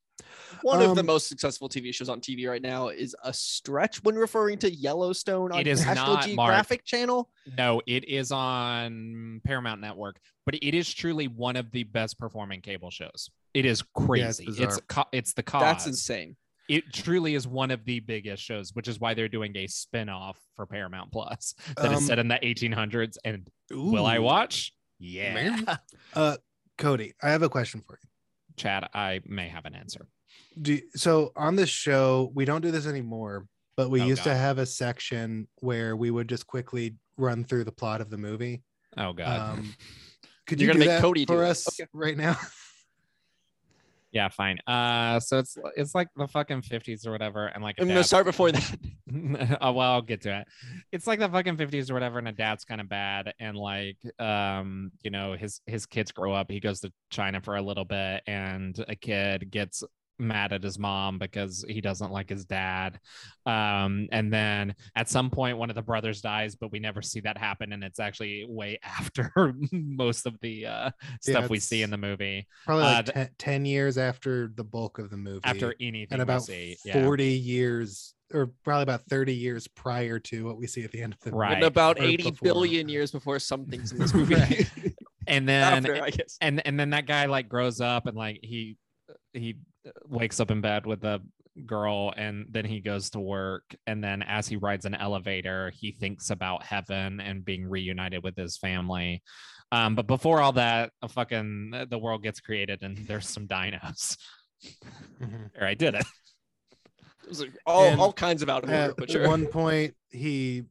S2: One of the
S3: Um,
S2: most successful TV shows on TV right now is a stretch when referring to Yellowstone on
S1: It is
S2: National
S1: not, Mark.
S2: Geographic Channel.
S1: no, it is on Paramount Network, but it is truly one of the best performing cable shows. It is crazy. it's
S3: bizarre.
S1: it's, co- it's the cause.
S2: That's insane.
S1: it truly is one of the biggest shows, which is why they're doing a spin-off for Paramount Plus that is
S3: Um,
S1: set in the 1800s. And will I
S3: Ooh.
S1: watch? Yeah.
S3: Maybe. Uh, Cody, I have a question for you.
S1: Chad, I may have an answer.
S3: Do so on this show we don't do this anymore, but we
S1: Oh,
S3: used to
S1: God.
S3: have a section where we would just quickly run through the plot of the movie.
S1: Oh god.
S3: Um, could
S2: You're
S3: you
S2: gonna
S3: do
S2: make
S3: that
S2: Cody do
S3: for
S2: it.
S3: us
S2: Okay.
S3: right now?
S1: yeah, fine. Uh so it's it's like the fucking 50s or whatever. And like a
S2: I'm gonna
S1: dad-
S2: start before that.
S1: oh, well, I'll get to it. It's like the fucking 50s or whatever, and a dad's kind of bad, and like, um, you know, his his kids grow up. He goes to China for a little bit, and a kid gets mad at his mom because he doesn't like his dad. Um, and then at some point, one of the brothers dies, but we never see that happen, and it's actually way after most of the uh, stuff we see
S3: it's-
S1: in the movie.
S3: Probably
S1: Uh,
S3: like
S1: the-
S3: ten, 10 years after the bulk of the movie.
S1: After anything,
S3: and
S1: we
S3: about
S1: see. Yeah.
S3: 40 years or probably about 30 years prior to what we see at the end of the
S1: Right.
S2: In about
S3: Or
S2: eighty billion
S3: before.
S2: years before some things in this movie.
S1: Right. And then
S2: After, I guess.
S1: and and then that guy like grows up and like he he wakes up in bed with a girl and then he goes to work and then as he rides an elevator he thinks about heaven and being reunited with his family um but before all that a fucking the world gets created and there's some dinos
S3: Mm-hmm.
S1: or i did it
S2: It was like all,
S3: And
S2: all kinds of out of order,
S3: At
S2: but sure.
S3: one point, he,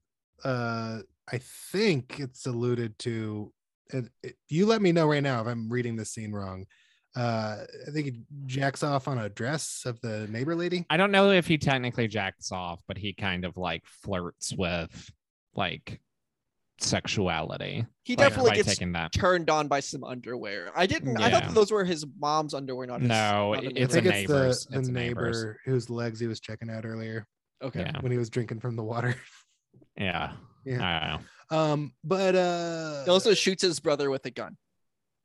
S3: uh, I think it's alluded to. It, it- you let me know right now if I'm reading this scene wrong. Uh, I think he jacks off on a dress of the neighbor lady.
S1: i don't know if he technically jacks off but he kind of like flirts with like sexuality
S2: he
S1: like,
S2: definitely
S1: by
S2: gets
S1: taking that
S2: turned on by some underwear. I didn't. I
S1: Yeah.
S2: thought that those were his mom's underwear, not his.
S1: No,
S2: not the
S1: it-
S3: I
S1: it's
S2: neighbor's.
S3: think
S1: a
S3: it's the,
S1: neighbor's.
S3: the
S1: It's a
S3: neighbor
S1: neighbor's.
S3: whose legs he was checking out earlier
S2: Okay.
S1: yeah
S3: when he was drinking from the water.
S1: yeah
S3: Yeah.
S1: I don't know.
S3: Um, but uh,
S2: He also shoots his brother with a gun.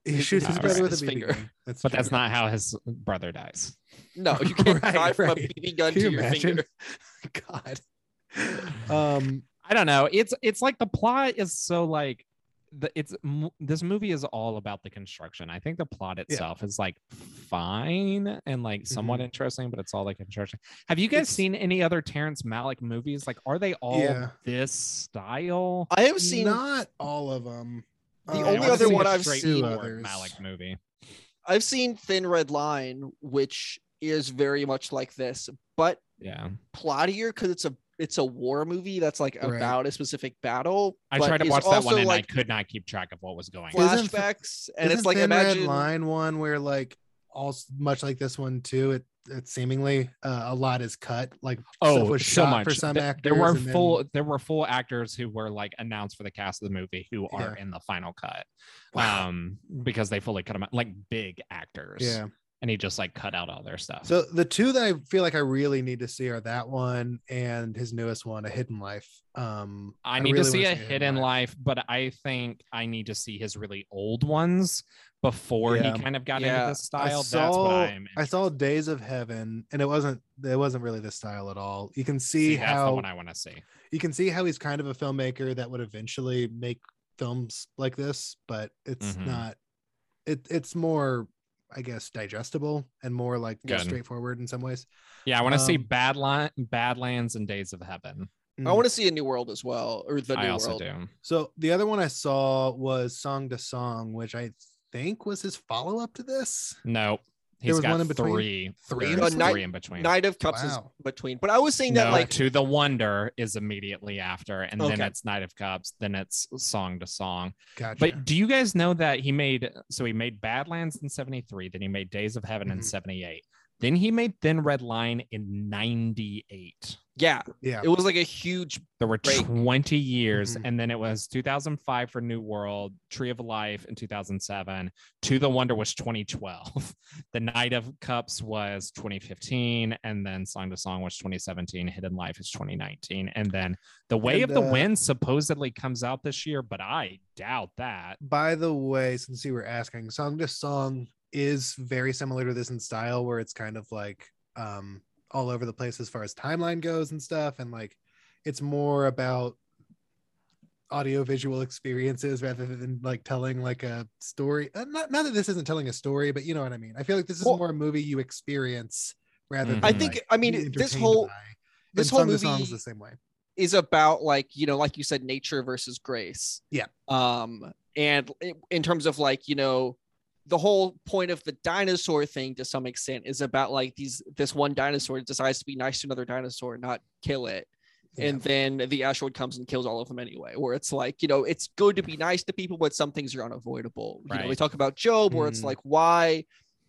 S3: he shoots his
S1: Alright.
S3: brother with
S2: His
S3: a BB
S2: finger.
S3: gun. That's
S1: but
S3: true.
S1: that's not how his brother dies
S2: No, you can't
S3: Right,
S2: drive from a
S3: right.
S2: BB gun
S3: Can
S2: to
S3: you
S2: your
S3: imagine?
S2: finger.
S3: God. Um,
S1: I don't know. It's it's like the plot is so like the it's m- this movie is all about the construction. I think the plot itself is like fine and like
S2: Mm-hmm.
S1: somewhat interesting, but it's all like construction. Have you guys
S3: It's-
S1: seen any other Terrence Malick movies? Like, are they all
S3: Yeah.
S1: this style?
S2: I have seen.
S3: not all of them.
S2: Uh, The
S1: I
S2: only
S1: wanna
S2: other
S1: see a
S2: one I've
S1: straight
S2: seen-
S1: forward Malick movie.
S2: I've seen Thin Red Line, which is very much like this, but
S1: Yeah,
S2: plottier because it's a it's a war movie that's like
S3: Right.
S2: about a specific battle.
S1: I
S2: but
S1: tried to
S2: is
S1: watch that one
S2: also,
S1: and
S2: like
S1: I could not keep track of what was going. on.
S3: Isn't th-
S2: flashbacks, and it's
S3: Isn't
S2: like
S3: Thin
S2: imagine
S3: red line one where like all s- much like this one too. It it seemingly uh, a lot is cut. Like stuff
S1: Oh,
S3: was
S1: so
S3: shot
S1: much.
S3: for some
S1: Th-
S3: actors.
S1: there were
S3: and then-
S1: full there were full actors who were like announced for the cast of the movie who are in the final cut.
S3: Wow.
S1: Um because they fully cut them out like big actors.
S3: yeah.
S1: And he just like cut out all their stuff.
S3: So the two that I feel like I really need to see are that one and his newest one, A Hidden Life. Um,
S1: I need
S3: really
S1: to see
S3: wanna
S1: a hidden life, but I think I need to see his really old ones before
S3: Yeah.
S1: he kind of got
S2: Yeah,
S1: into this style.
S3: I
S1: That's what
S3: saw,
S1: I'm
S3: I saw
S1: interested
S3: Days of Heaven, and it wasn't it wasn't really this style at all. You can
S1: in.
S3: see,
S1: See, that's the
S3: how
S1: one I want to see.
S3: you can see how he's kind of a filmmaker that would eventually make films like this, but it's
S1: Mhm.
S3: not. It it's more, I guess, digestible and more like just
S1: Good.
S3: straightforward in some ways.
S1: Yeah, I want to see
S3: Um,
S1: Badland, Badlands and Days of Heaven.
S2: I want to see a new world as well, or the new
S1: I also
S2: world.
S1: do.
S3: So the other one I saw was Song to Song, which I think was his follow up to this.
S1: No,
S3: There
S1: he's
S3: was
S1: got
S3: one in between?
S1: three,
S3: Three
S1: There's
S3: in
S1: three
S2: between?
S1: in between.
S2: Knight of Cups is
S3: Wow.
S2: between, but I was saying that
S1: no,
S2: like
S1: to the wonder is immediately after, and then
S2: Okay.
S1: it's Knight of Cups, then it's song to song.
S3: Gotcha.
S1: But do you guys know that he made so he made Badlands in 73, then he made Days of Heaven in
S2: Mm-hmm.
S3: Mhm.
S1: 78, then he made Thin Red Line in 98.
S2: yeah,
S3: yeah,
S2: it was like a huge
S1: There were
S2: Break.
S1: 20 years,
S3: Mhm.
S1: and then it was 2005 for New World, Tree of Life in 2007. To the Wonder was 2012. The Knight of Cups was 2015, and then Song to Song was 2017. Hidden Life is 2019, and then The Way of
S3: And,
S1: the
S3: uh,
S1: Wind supposedly comes out this year, but I doubt that.
S3: by the way, since you were asking, Song to Song is very similar to this in style, where it's kind of like um all over the place as far as timeline goes and stuff, and like it's more about audio visual experiences rather than like telling like a story. Uh, Not, not that this isn't telling a story, but you know what I mean. I feel like this is
S2: Well-
S3: more a movie you experience rather
S1: Mhm.
S3: than
S2: I think
S3: like,
S2: I mean
S3: be
S2: this
S3: entertained
S2: whole
S3: by.
S2: this
S3: And
S2: whole
S3: Song to
S2: movie
S3: Song is the same way.
S2: is about like you know like you said nature versus grace
S3: Yeah.
S2: um and i- in terms of like you know the whole point of the dinosaur thing to some extent is about like these this one dinosaur decides to be nice to another dinosaur not kill it and then the asteroid comes and kills all of them anyway where it's like you know it's good to be nice to people but some things are unavoidable you know we
S1: Right.
S2: talk about job where it's
S3: Mm.
S2: like why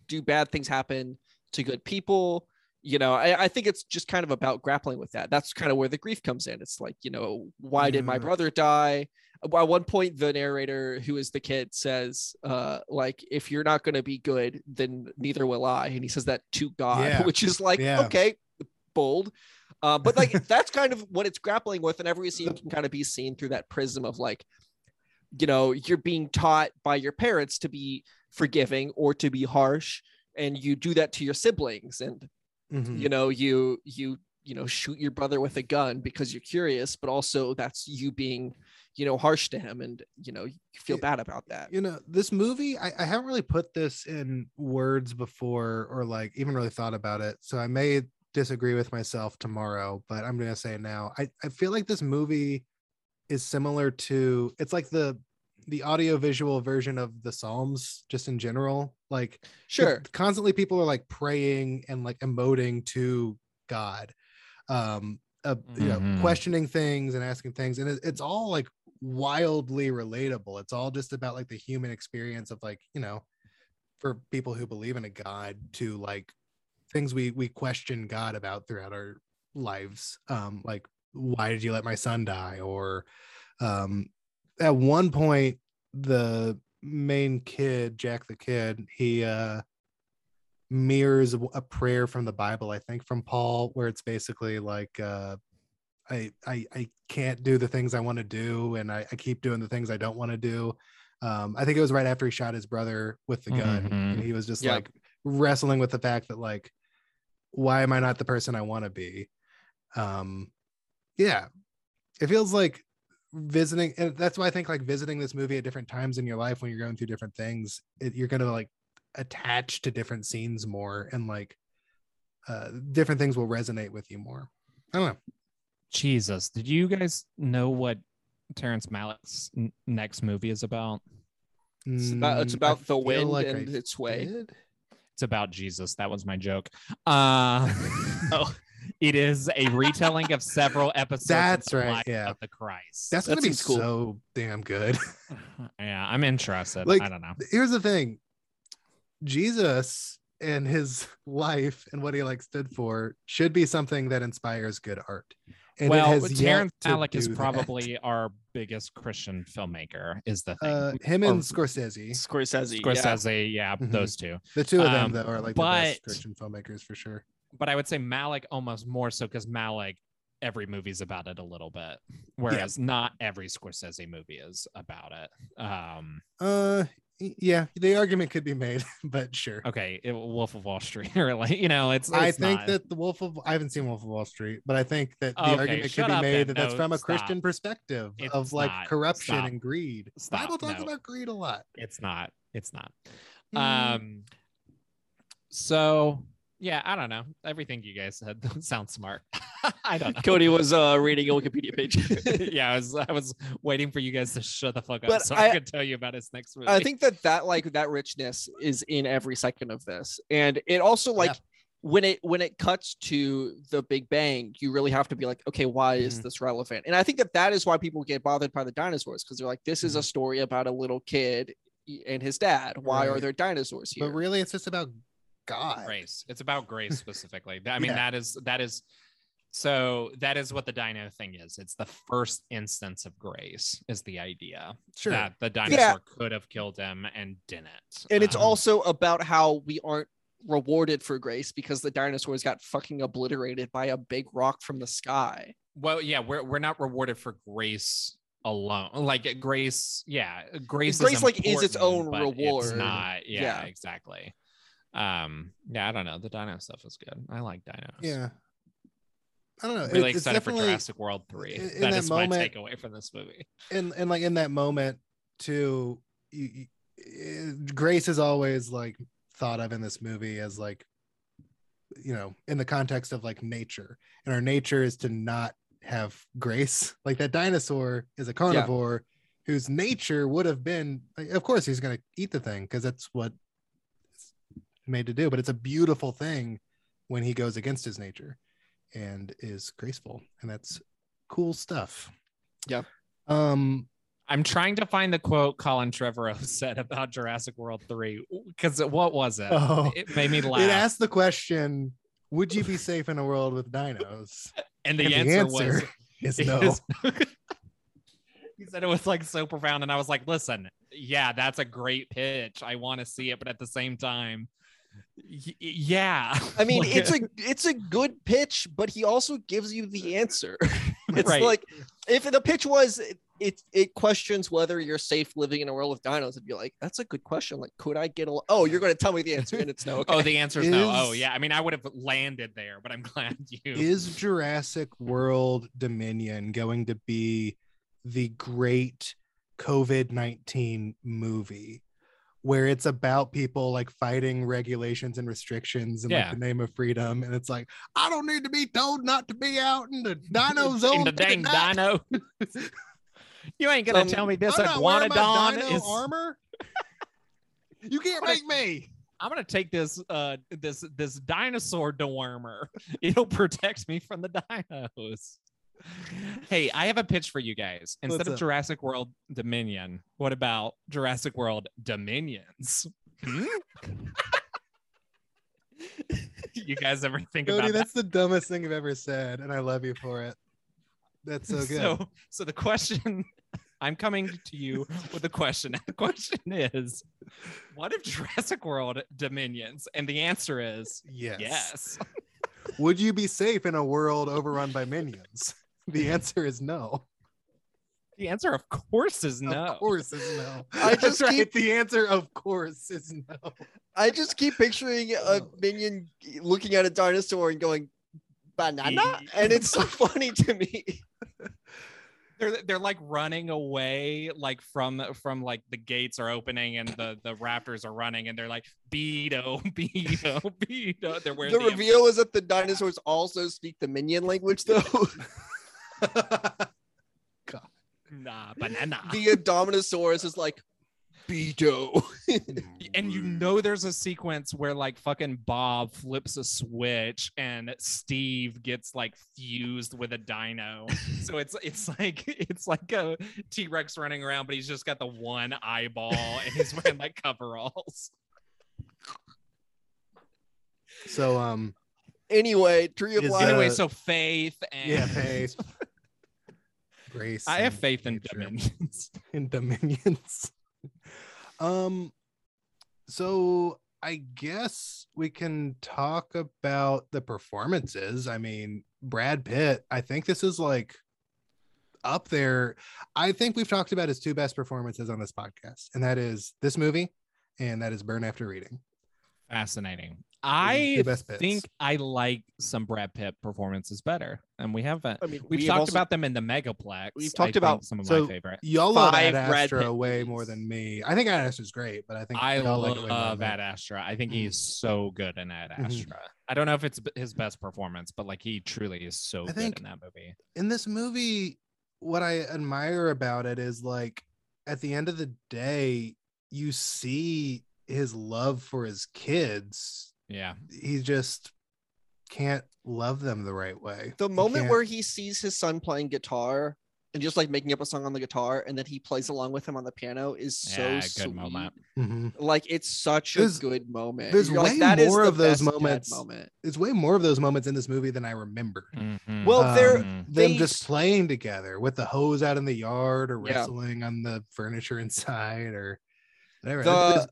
S2: do bad things happen to good people you know I, I think it's just kind of about grappling with that that's kind of where the grief comes in it's like you know why did my
S3: Yeah.
S2: brother die at one point the narrator who is the kid says uh like if you're not going to be good then neither will i and he says that to god
S3: Yeah.
S2: which is like
S3: Yeah.
S2: okay bold uh, but like that's kind of what it's grappling with, and every scene can kind of be seen through that prism of like, you know, you're being taught by your parents to be forgiving or to be harsh, and you do that to your siblings, and
S3: Mhm.
S2: you know, you you you know shoot your brother with a gun because you're curious, but also that's you being you know harsh to him, and you know you feel
S3: Yeah.
S2: bad about that.
S3: you know this movie I, I haven't really put this in words before or like even really thought about it so i may disagree with myself tomorrow, but I'm gonna say it now. I, I feel like this movie is similar to it's like the the audiovisual version of the Psalms, just in general. Like
S2: Sure.
S3: constantly people are like praying and like emoting to god um uh, you know
S1: Mhm.
S3: questioning things and asking things and it, it's all like wildly relatable it's all just about like the human experience of like you know for people who believe in a god to like things we we question god about throughout our lives um like why did you let my son die or um at one point the main kid jack the kid he uh mirrors a- a prayer from the bible i think from paul where it's basically like uh i i, I can't do the things i want to do and I, I keep doing the things i don't want to do um i think it was right after he shot his brother with the gun and he was just
S2: Yeah.
S3: like wrestling with the fact that like why am i not the person i want to be um yeah it feels like visiting and that's why i think like visiting this movie at different times in your life when you're going through different things it, you're gonna like attach to different scenes more and like uh different things will resonate with you more i don't know
S1: Jesus, did you guys know what Terrence Malick's n- next movie is about?
S2: It's about, it's
S3: Mm, I
S2: about the
S3: feel
S2: wind
S3: like
S2: and
S3: I
S2: its way.
S3: did.
S1: It's about Jesus. That was my joke. Uh,
S2: Oh.
S1: it is a retelling of several episodes.
S3: That's
S1: of the
S3: right,
S1: Life
S3: yeah.
S1: of the Christ.
S3: that's
S2: That
S3: gonna be
S2: seems cool.
S3: so damn good
S1: yeah, I'm interested.
S3: Like-
S1: I don't know.
S3: here's the thing jesus and his life and what he like stood for should be something that inspires good art and it
S1: well,
S3: has yet
S1: Terrence
S3: to
S1: Malick is
S3: do that.
S1: probably our biggest Christian filmmaker. Is the thing.
S3: uh him
S2: Or-
S3: and scorsese
S2: Scorsese. Yeah.
S1: Scorsese, yeah,
S3: Mhm.
S1: those two.
S3: the two of
S1: Um,
S3: them though are like the best
S1: but-
S3: christian filmmakers for sure
S1: But I would say Malick almost more so because Malick, every movie's about it a little bit, whereas not every Scorsese movie is about it. Um,
S3: uh y- yeah the argument could be made but sure
S1: okay, it, Wolf of Wall Street, or like you know, it's.
S3: I
S1: it's
S3: think
S1: not-
S3: that the Wolf of I haven't seen Wolf of Wall Street, but I think that the
S1: Okay,
S3: argument could
S1: shut
S3: be
S1: up then.
S3: made that that's
S1: No,
S3: from a
S1: stop.
S3: Christian perspective of
S1: It's
S3: like
S1: not.
S3: corruption
S1: Stop.
S3: and greed.
S1: Stop.
S3: Bible talks
S1: No.
S3: about greed a lot.
S1: it's not. It's not.
S3: Mm.
S1: Um. So yeah, I don't know. Everything you guys said sounds smart. I don't know.
S2: Cody was uh, reading a Wikipedia page.
S1: yeah, I was I was waiting for you guys to shut the fuck up
S2: But
S1: so I,
S2: I-
S1: could tell you about his next movie.
S2: I think that that like that richness is in every second of this, and it also like
S3: Yeah.
S2: when it when it cuts to the Big Bang, you really have to be like, okay, why is
S3: Mhm.
S2: this relevant? And I think that that is why people get bothered by the dinosaurs because they're like, this
S3: Mm-hmm.
S2: is a story about a little kid and his dad. Why are
S3: Right.
S2: there dinosaurs here?
S3: But really, it's just about God.
S1: grace. It's about grace specifically. I mean,
S3: Yeah.
S1: that is that is so that is what the dino thing is. It's the first instance of grace is the idea
S3: Sure.
S1: that the dinosaur
S2: Yeah.
S1: could have killed him and didn't.
S2: and it's
S3: uh-huh.
S1: Um,
S2: also about how we aren't rewarded for grace because the dinosaurs got fucking obliterated by a big rock from the sky.
S1: well, yeah, we're we're not rewarded for grace alone. Like eh, grace, yeah, grace.
S2: Grace, like, is its
S1: important,
S2: own
S1: but It's
S2: reward.
S1: not. Yeah,
S2: Yeah.
S1: exactly. Um, yeah, I don't know. The dino stuff is good. I like dinos.
S3: Yeah. I don't know.
S1: really
S3: It- it's
S1: excited for
S3: definitely-
S1: Jurassic World three.
S3: in- in
S1: that
S3: that
S1: is my
S3: moment-
S1: takeaway from this movie.
S3: and and like in that moment too you, you- it- grace is always like thought of in this movie as like you know in the context of like nature and our nature is to not have grace like that dinosaur is a carnivore whose nature would have been like, of course he's going to eat the thing because that's what it's made to do but it's a beautiful thing when he goes against his nature and is graceful and that's cool stuff
S2: Yeah.
S3: um
S1: I'm trying to find the quote Colin Trevorrow said about Jurassic World three because what was it?
S3: Oh,
S1: It made me laugh.
S3: It asked the question, "Would you be safe in a world with dinos?"
S1: and the,
S3: and
S1: answer, was
S3: is no.
S1: is- he said it was like so profound, and I was like, "Listen, yeah, that's a great pitch. I want to see it, but at the same time, y- y- yeah,
S2: I mean,
S1: Like,
S2: it's a it's a good pitch, but he also gives you the answer. it's
S1: Right.
S2: like if the pitch was it, it it questions whether you're safe living in a world of dinos, I'd be like, that's a good question. Like, could I get a? Oh, you're going to tell me the answer, and it's no. Okay.
S1: oh, the answer's no. Oh,
S3: Is-
S1: yeah. I mean, I would have landed there, but I'm glad you.
S3: Is Jurassic World Dominion going to be the great COVID nineteen movie, where it's about people like fighting regulations and restrictions in
S1: Yeah.
S3: like the name of freedom. And it's like, I don't need to be told not to be out in the dino zone.
S1: in the dang
S3: tonight.
S1: dino. you ain't gonna
S2: Um,
S1: tell me this
S3: I'm not wearing my
S1: iguanodon
S3: dino
S1: is.
S3: armor. you can't
S1: What a-
S3: make me.
S1: I'm gonna take this uh this this dinosaur dewormer. It'll protect me from the dinos. Hey, I have a pitch for you guys. Instead
S3: What's
S1: of
S3: up?
S1: Jurassic World Dominion, what about Jurassic World Dominions? Hmm? you guys ever think
S3: Cody,
S1: about that?
S3: that's the dumbest thing I've ever said, and I love you for it. That's so good.
S1: So, so the question I'm coming to you with a question. The question is, what if Jurassic World Dominions? And the answer is
S3: yes.
S1: yes.
S3: Would you be safe in a world overrun by minions? The answer is no.
S1: The answer, of course, is
S3: Of
S1: no.
S3: course is no.
S2: I
S3: That's
S2: just
S3: right.
S2: keep-
S3: the answer of course is no.
S2: I just keep picturing a
S3: Oh.
S2: minion looking at a dinosaur and going banana,
S1: Ye-
S2: and it's so funny to me.
S1: They're they're like running away, like from from like the gates are opening and the the raptors are running and they're like Beto, Beto, Beto. They're
S2: The,
S1: wearing
S2: reveal is that the dinosaurs also speak the minion language, though.
S1: nah, banana.
S2: the Indominosaurus is like Beto.
S1: and you know there's a sequence where like fucking Bob flips a switch and Steve gets like fused with a dino. so it's it's like it's like a T-Rex running around, but he's just got the one eyeball and he's wearing like coveralls.
S3: So um
S2: Anyway, Tree of
S3: Is,
S2: Life.
S3: uh,
S1: anyway, so faith and
S3: yeah, faith. Grace.
S1: I have
S3: and
S1: faith in
S3: nature.
S1: Dominions.
S3: in Dominions. um so I guess we can talk about the performances. I mean, Brad Pitt, I think this is like up there. I think we've talked about his two best performances on this podcast, and that is this movie and that is Burn After Reading.
S1: Fascinating.
S3: two
S1: I
S3: best bits.
S1: think I like some Brad Pitt performances better, and we haven't.
S2: I mean,
S1: We've
S2: we have
S1: talked
S2: also-
S1: about them in the Megaplex.
S2: We've
S1: I
S2: talked
S1: think
S2: about-
S1: some of
S3: so-
S1: my favorite.
S3: Y'all love
S2: Five
S3: Ad
S2: Brad
S3: Astra
S2: Pitt
S3: way
S2: movies.
S3: more than me. I think Ad Astra's great, but I think
S1: I
S3: y'all like it way more
S1: love
S3: than me.
S1: Ad Astra. I think
S3: Mm.
S2: Mm-hmm.
S1: he's so good in Ad
S3: Mhm.
S1: Astra. I don't know if it's b- his best performance, but like he truly is so good
S3: think-
S1: in that movie.
S3: in this movie what i admire about it is like at the end of the day you see his love for his kids
S1: Yeah,
S3: he just can't love them the right way
S2: the
S3: He
S2: moment
S3: can't-
S2: where he sees his son playing guitar and just like making up a song on the guitar and then he plays along with him on the piano is so
S1: Yeah, good
S2: sweet.
S1: moment.
S3: Mhm.
S2: Like it's such
S3: There's-
S2: a good moment.
S3: there's
S2: You're like,
S3: way
S2: "That is
S3: more
S2: the
S3: of those
S2: best dad
S3: moments."
S2: Moment.
S3: it's way more of those moments in this movie than i remember
S2: Mm-hmm. Well,
S3: Um,
S2: they're-
S1: Mhm.
S3: them
S2: They-
S3: just playing together with the hose out in the yard or
S2: Yeah.
S3: wrestling on the furniture inside or whatever
S2: The-
S3: There's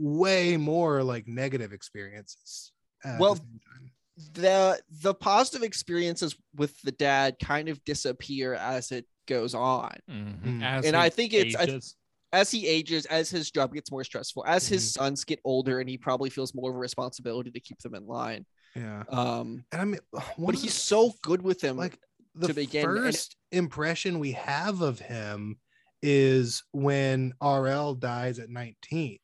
S3: way more like negative experiences at the
S2: Well,
S3: same time.
S2: The the positive experiences with the dad kind of disappear as it goes on.
S1: Mhm.
S3: Mm.
S1: As
S2: And
S1: he
S2: I think it's- I-
S1: ages.
S2: As he ages, as his job gets more stressful, as
S3: Mm-hmm.
S2: his sons get older and he probably feels more of a responsibility to keep them in line.
S3: Yeah.
S2: Um
S3: And I mean,
S2: but he's so good with them.
S3: like the
S2: to begin, and it-
S3: first impression we have of him is when RL dies at 19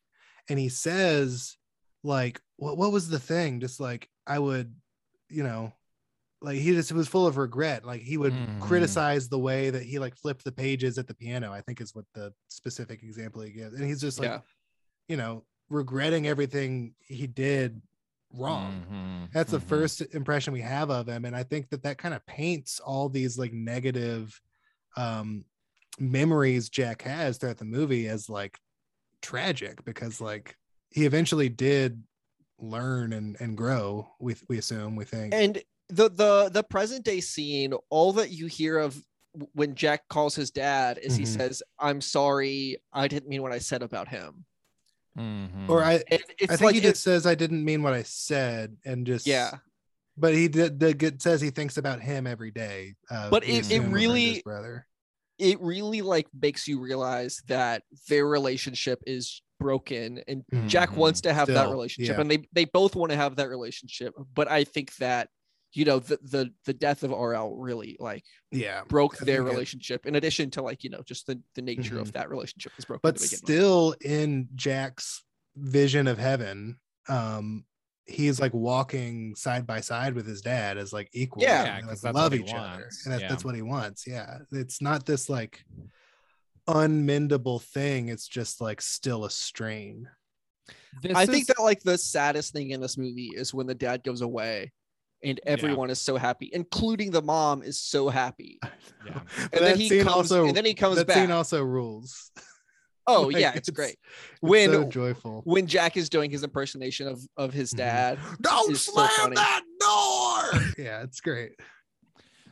S3: and he says like what what was the thing just like I would you know like he just was full of regret like he would
S2: Hmm.
S1: Mhm.
S3: criticize the way that he like flipped the pages at the piano I think is what the specific example he gives and he's just like
S2: Yeah.
S3: you know regretting everything he did wrong
S2: Hmm.
S1: Mhm.
S3: that's the
S1: Mhm.
S3: first impression we have of him and i think that that kind of paints all these like negative um memories jack has throughout the movie as like tragic because like he eventually did learn and and grow we we assume we think
S2: and the the the present day scene all that you hear of w- when jack calls his dad is he
S3: Mhm.
S2: says i'm sorry i didn't mean what i said about him
S1: Mhm.
S3: or i
S2: and it's
S3: i think
S2: like
S3: he
S2: it-
S3: just says i didn't mean what i said and just
S2: yeah
S3: but he did the good says he thinks about him every day uh,
S2: But
S3: we
S2: it- it
S3: assume referring to
S2: really-
S3: his brother
S2: it really like makes you realize that their relationship is broken and jack
S1: Mhm.
S2: wants to have that
S3: Mm-hmm. Still,
S2: relationship
S3: yeah.
S2: and they they both want to have that relationship but i think that you know the the, the death of rl really like
S3: yeah
S2: broke
S3: I
S2: their
S3: think it- Mm-hmm.
S2: relationship in addition to like you know just the, the nature of that relationship was broken
S3: but
S2: to begin with.
S3: still in Jack's vision of heaven, um, he's like walking side by side with his dad as like equals.
S2: Yeah,
S3: and they,
S1: 'cause that's what
S3: like, love
S1: he
S3: each other,
S1: wants.
S3: and that,
S1: Yeah.
S3: that's what he wants. Yeah, it's not this like unmendable thing. It's just like still a strain.
S1: This
S2: I
S1: is-
S2: think that like the saddest thing in this movie is when the dad goes away and everyone is so happy, including the mom is so happy.
S1: Yeah.
S3: And
S2: And then he comes and then he comes
S3: that
S2: back.
S3: scene also rules.
S2: oh
S3: like,
S2: yeah, it's,
S3: it's-
S2: great.
S3: It's
S2: When
S3: so joyful.
S2: when Jack is doing his impersonation of of his
S1: Mm-hmm.
S3: Mhm.
S2: dad.
S3: Don't
S2: It's so slam funny. that
S3: door. yeah, it's great.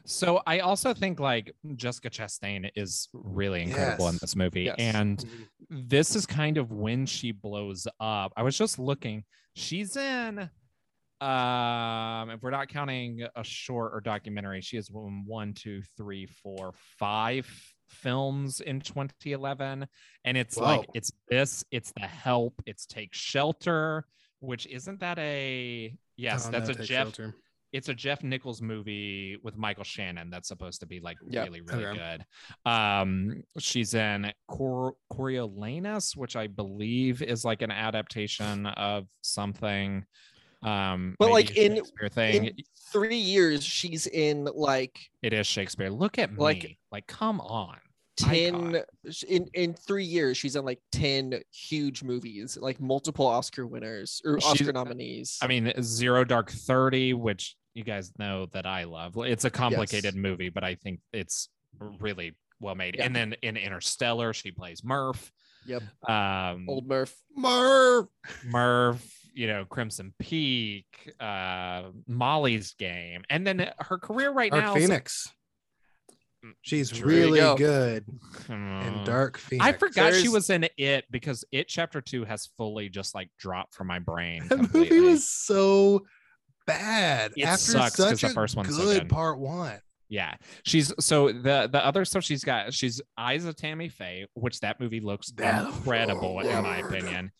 S1: So I also think like Jessica Chastain is really incredible in
S3: Yes.
S1: this movie.
S2: Yes.
S1: And this is kind of when she blows up. I was just looking. She's in um if we're not counting a short or documentary, she is in one, two, three, four, five films in 2011 and it's like
S3: Wow.
S1: it's this it's the help it's take shelter which isn't that a yes
S3: Oh,
S1: that's
S3: no,
S1: a
S3: Take
S1: jeff
S3: Shelter.
S1: it's a Jeff Nichols movie with Michael Shannon that's supposed to be like
S2: Oh, Yeah,
S1: really really
S3: okay.
S1: good. Um, she's in Cor- Coriolanus, which I believe is like an adaptation of something. Um,
S2: But,
S1: maybe
S2: like,
S1: a
S2: in-
S1: Shakespeare thing,
S2: in three years she's in like
S1: it is Shakespeare. Look at
S2: like-
S1: me, like come on.
S2: 10 in in three years she's in like 10 huge movies like multiple oscar winners or
S1: She's-
S2: oscar nominees
S1: I mean, Zero Dark Thirty, which you guys know that I love. It's a complicated
S2: Yes.
S1: movie, but I think it's really well made.
S2: Yeah.
S1: And then in Interstellar, she plays Murph.
S2: yep
S1: Um,
S2: old murph
S3: Merv.
S1: Merv, you know, Crimson Peak, uh, Molly's Game, and then her career right
S3: Dark
S1: now.
S3: Phoenix. She's
S1: There Mm, you
S3: really
S2: go.
S3: good
S1: Hmm.
S3: in Dark Phoenix.
S1: I forgot she
S2: There's-
S1: was in it because it chapter two has fully just like dropped from my brain.
S3: That
S1: completely.
S3: movie was so bad.
S1: It sucks 'cause the first one's so
S3: good
S1: good.
S3: part one.
S1: yeah. She's so the the other stuff she's got. She's Eyes of Tammy Faye, which that movie looks
S3: That-
S1: incredible in my
S3: Yeah.
S1: opinion.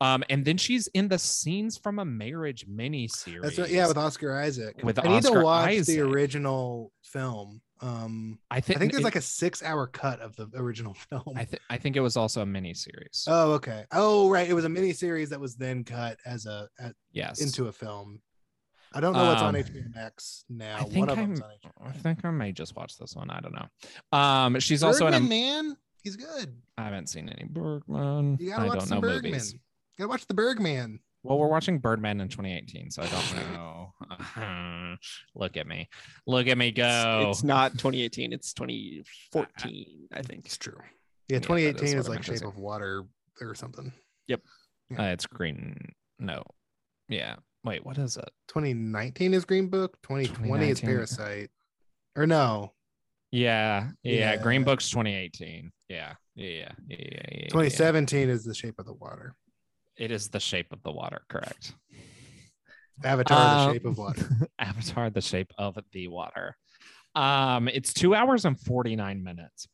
S1: Um, and then she's in the scenes from a marriage mini
S3: That's
S1: series.
S3: what, yeah, with Oscar Isaac.
S1: With
S3: I need
S1: Oscar
S3: to watch
S1: Isaac.
S3: the original film. Um,
S1: I think
S3: I think there's
S1: it-
S3: like a six-hour cut of the original film.
S1: I, th- I think it was also a mini series.
S3: Oh, okay. Oh, right. It was a mini series that was then cut as a as,
S1: yes.
S3: into a film. I don't know what's on
S1: Um,
S3: HBO Max now.
S1: I
S3: One
S1: think
S3: of
S1: I'm-
S3: them's on HBO.
S1: I think I may just watch this one. I don't know. Um, she's also in.
S3: Bergman,
S1: A,
S3: man. He's good.
S1: I haven't seen any Bergman.
S3: You
S1: I
S3: gotta watch
S1: don't
S3: some
S1: know
S3: Bergman.
S1: movies.
S3: You gotta watch the Bergman.
S1: Well, we're watching Birdman in 2018, so I don't know. Look at me, look at me
S2: It's-
S1: go.
S2: it's not 2018 it's 2014 i think
S3: true. Yeah,
S1: Yeah, that
S3: 2018
S1: is
S3: is,
S1: what I
S3: like
S1: meant to
S3: Shape
S1: say.
S3: of Water or something.
S1: Uh, it's green. No, yeah. Wait, what is it?
S3: 2019 is Green Book. 2020 is
S1: 2019.
S3: Parasite. Or no,
S1: Yeah, yeah. Green
S3: Yeah.
S1: Book's 2018. Yeah, yeah, yeah, yeah. yeah, yeah, yeah.
S3: 2017 is The Shape of the Water.
S1: It is the shape of the water. Correct.
S3: Avatar:
S2: Uh,
S1: Um,
S3: The Shape of Water.
S1: Avatar, the shape of the water. Um, it's two hours and 49 minutes.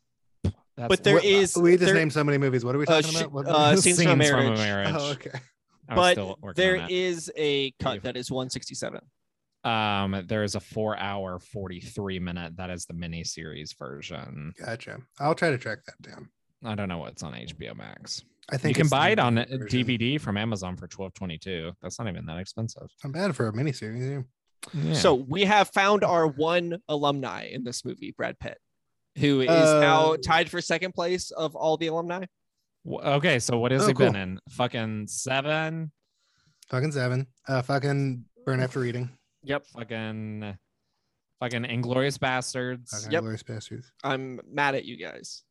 S1: That's
S2: But there
S1: what-
S2: is-
S3: we just
S2: there-
S3: named so many movies. What are we
S2: uh,
S3: talking
S2: sh-
S3: about? What-
S2: uh, scenes from a marriage,
S3: oh, okay.
S1: I was still working
S2: but
S1: on
S2: there
S1: that.
S2: is a cut
S1: Dave.
S2: that is 167
S1: um, there is a four hour, 43 minute. That is the mini series version.
S3: Gotcha. I'll try to track that down.
S1: I don't know what's on HBO Max.
S3: I think
S1: you can
S3: it's the
S1: buy it on
S3: version.
S1: DVD from Amazon for 12.22. That's not even that expensive.
S3: Not bad for a miniseries. yeah.
S1: Yeah.
S2: so we have found our one alumni in this movie brad pitt who is
S3: Oh.
S2: now tied for second place of all the alumni
S1: W- okay, so what has
S3: Oh,
S1: he been
S3: cool.
S1: in? Fucking seven.
S3: Fucking seven. Uh, fucking burn after reading.
S2: yep
S1: Fucking, fucking Inglorious Bastards.
S3: Fucking
S2: Yep.
S3: Glorious Bastards.
S2: i'm mad at you guys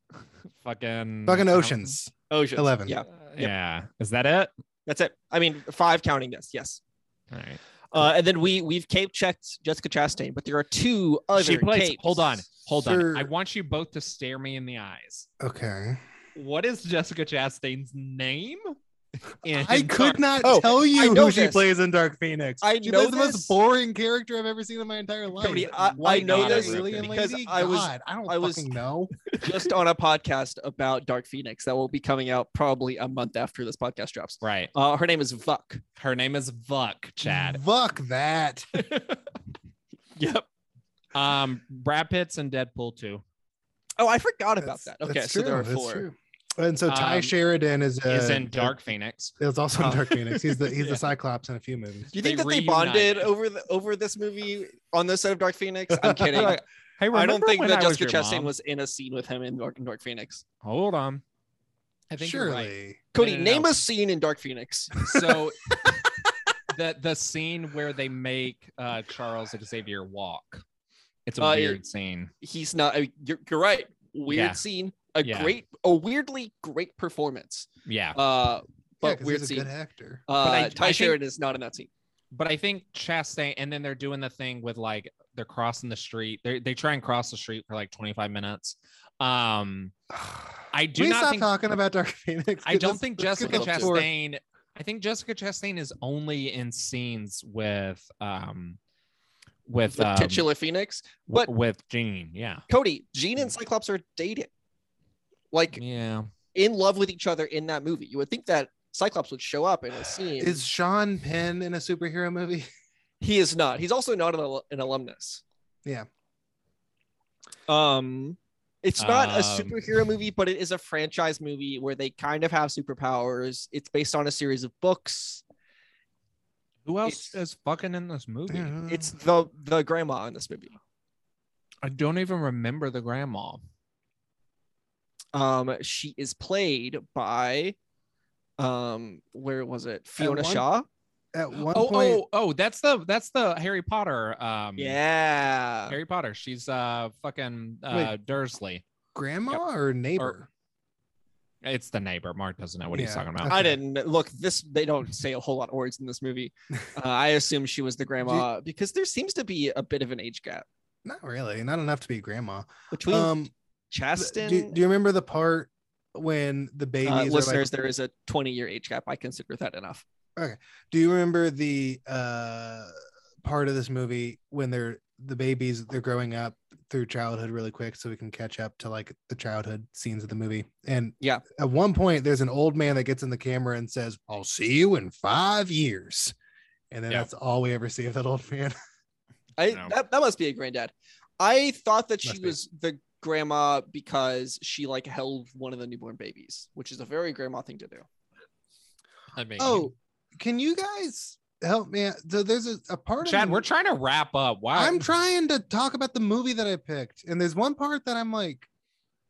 S1: fucking
S3: Fucking
S1: Mm, I don't-
S3: oceans.
S2: Oceans.
S3: 11.
S2: yeah
S1: Uh, yeah is that it
S2: That's it. I mean, five counting this. Yes.
S1: all right
S2: Uh, and then we we've cape checked Jessica Chastain, but there are two other.
S1: she plays
S2: capes.
S1: hold on hold
S3: Sir-
S1: on i want you both to stare me in the eyes
S3: Okay.
S1: what is jessica chastain's name in
S3: I could
S1: Dark-
S3: not
S2: Oh,
S3: tell you
S2: know
S3: who she
S2: this.
S3: plays in Dark Phoenix.
S2: I
S3: she
S2: know
S3: plays the
S2: this.
S3: most boring character I've ever seen in my entire life.
S2: Cody, I- I know
S3: God,
S1: this
S3: Brilliant
S2: because
S3: Lady?
S2: I was-
S3: God, I don't
S2: I was-
S3: fucking know.
S2: Just on a podcast about Dark Phoenix that will be coming out probably a month after this podcast drops.
S1: right
S2: Uh, her name is Vuck.
S1: her name is vuck chad
S3: Fuck that.
S2: Yep.
S1: um brad pitt's in deadpool 2
S2: Oh, I forgot about
S3: That's-
S2: that. Okay,
S3: that's
S2: so there
S3: true,
S2: are
S3: that's
S2: four.
S3: true. And so Ty
S1: Um,
S3: Sheridan is a,
S1: is in Dark Phoenix.
S3: It's also in
S1: Oh.
S3: Dark Phoenix. He's the he's
S1: Yeah.
S3: the Cyclops in a few movies.
S2: Do you think
S1: They
S2: that they bonded
S1: reunited.
S2: over the, over this movie on the set of Dark Phoenix? I'm kidding.
S1: Like, Hey,
S2: I don't
S1: remember
S2: think
S1: when
S2: that
S1: I
S2: Jessica
S1: your
S2: Chastain
S1: mom?
S2: was in a scene with him in Dark, in Dark Phoenix.
S1: Hold on. I think you're
S3: Surely.
S1: right.
S2: Cody,
S1: no, no,
S2: name
S1: no.
S2: a scene in Dark Phoenix.
S1: So the the scene where they make uh, Charles Xavier walk. It's a
S2: Oh, yeah.
S1: weird scene.
S2: He's not. uh, You're, you're right. Weird
S1: Yeah.
S2: scene. A
S1: Yeah.
S2: great, a weirdly great performance.
S1: Yeah.
S2: Uh,
S3: Yeah,
S2: but
S3: 'cause
S2: weird
S3: he's a
S2: scene.
S3: good actor.
S2: Uh,
S1: I-
S2: Ty
S1: I think-
S2: Sheridan is not in that scene.
S1: But I think Chastain, and then they're doing the thing with like they're crossing the street. They they try and cross the street for like 25 minutes. Um, I do
S3: we
S1: not
S3: stop
S1: think-
S3: talking about Dark Phoenix.
S1: I don't think Jessica
S2: up to-
S1: Chastain. I think Jessica Chastain is only in scenes with um with
S2: The
S1: um,
S2: titular Phoenix.
S1: w-
S2: but-
S1: with Jean. Yeah.
S2: Cody, Jean and Cyclops are dating, like
S1: Yeah.
S2: in love with each other in that movie. You would think that Cyclops would show up in a scene.
S3: Is Sean Penn in a superhero movie?
S2: he is not. He's also not an, al- an alumnus.
S3: Yeah.
S2: Um, it's not a
S1: Um,
S2: superhero movie, but it is a franchise movie where they kind of have superpowers. It's based on a series of books.
S1: Who else
S2: It's-
S1: is fucking in this movie?
S3: Mm.
S2: It's the the grandma in this movie.
S1: I don't even remember the grandma.
S2: Um, she is played by, um, where was it? Fiona
S3: one
S2: Shaw.
S3: at one
S1: oh,
S3: point.
S1: oh, oh, that's the that's the Harry Potter. Um,
S2: Yeah.
S1: Harry Potter. She's uh fucking uh, Dursley.
S3: grandma or neighbor?
S1: It's the neighbor. Mark doesn't know what he's
S3: Yeah.
S1: talking about.
S2: I
S3: Okay.
S2: didn't look this. They don't say a whole lot of words in this movie. Uh, I assume she was the grandma because there seems to be a bit of an age gap
S3: Not really. Not enough to be grandma.
S2: between
S3: um, th-
S2: Chastain.
S3: do, do you remember the part when the babies
S2: uh,
S3: are
S2: listeners,
S3: like?
S2: there is a 20 year age gap. I consider that enough.
S3: Do you remember the uh part of this movie when they're the babies they're growing up through childhood really quick so we can catch up to like the childhood scenes of the movie and
S2: Yeah.
S3: at one point there's an old man that gets in the camera and says i'll see you in five years and then
S1: Yeah.
S3: that's all we ever see of that old man
S2: I
S1: No.
S2: that, that must be a granddad. I thought that she
S3: Must be.
S2: was the grandma because she like held one of the newborn babies, which is a very grandma thing to do.
S1: I mean,
S3: oh can you guys help me out? so there's a, a part of
S1: Chad,
S3: the-
S1: we're trying to wrap up. Wow.
S3: i'm trying to talk about the movie that i picked and there's one part that i'm like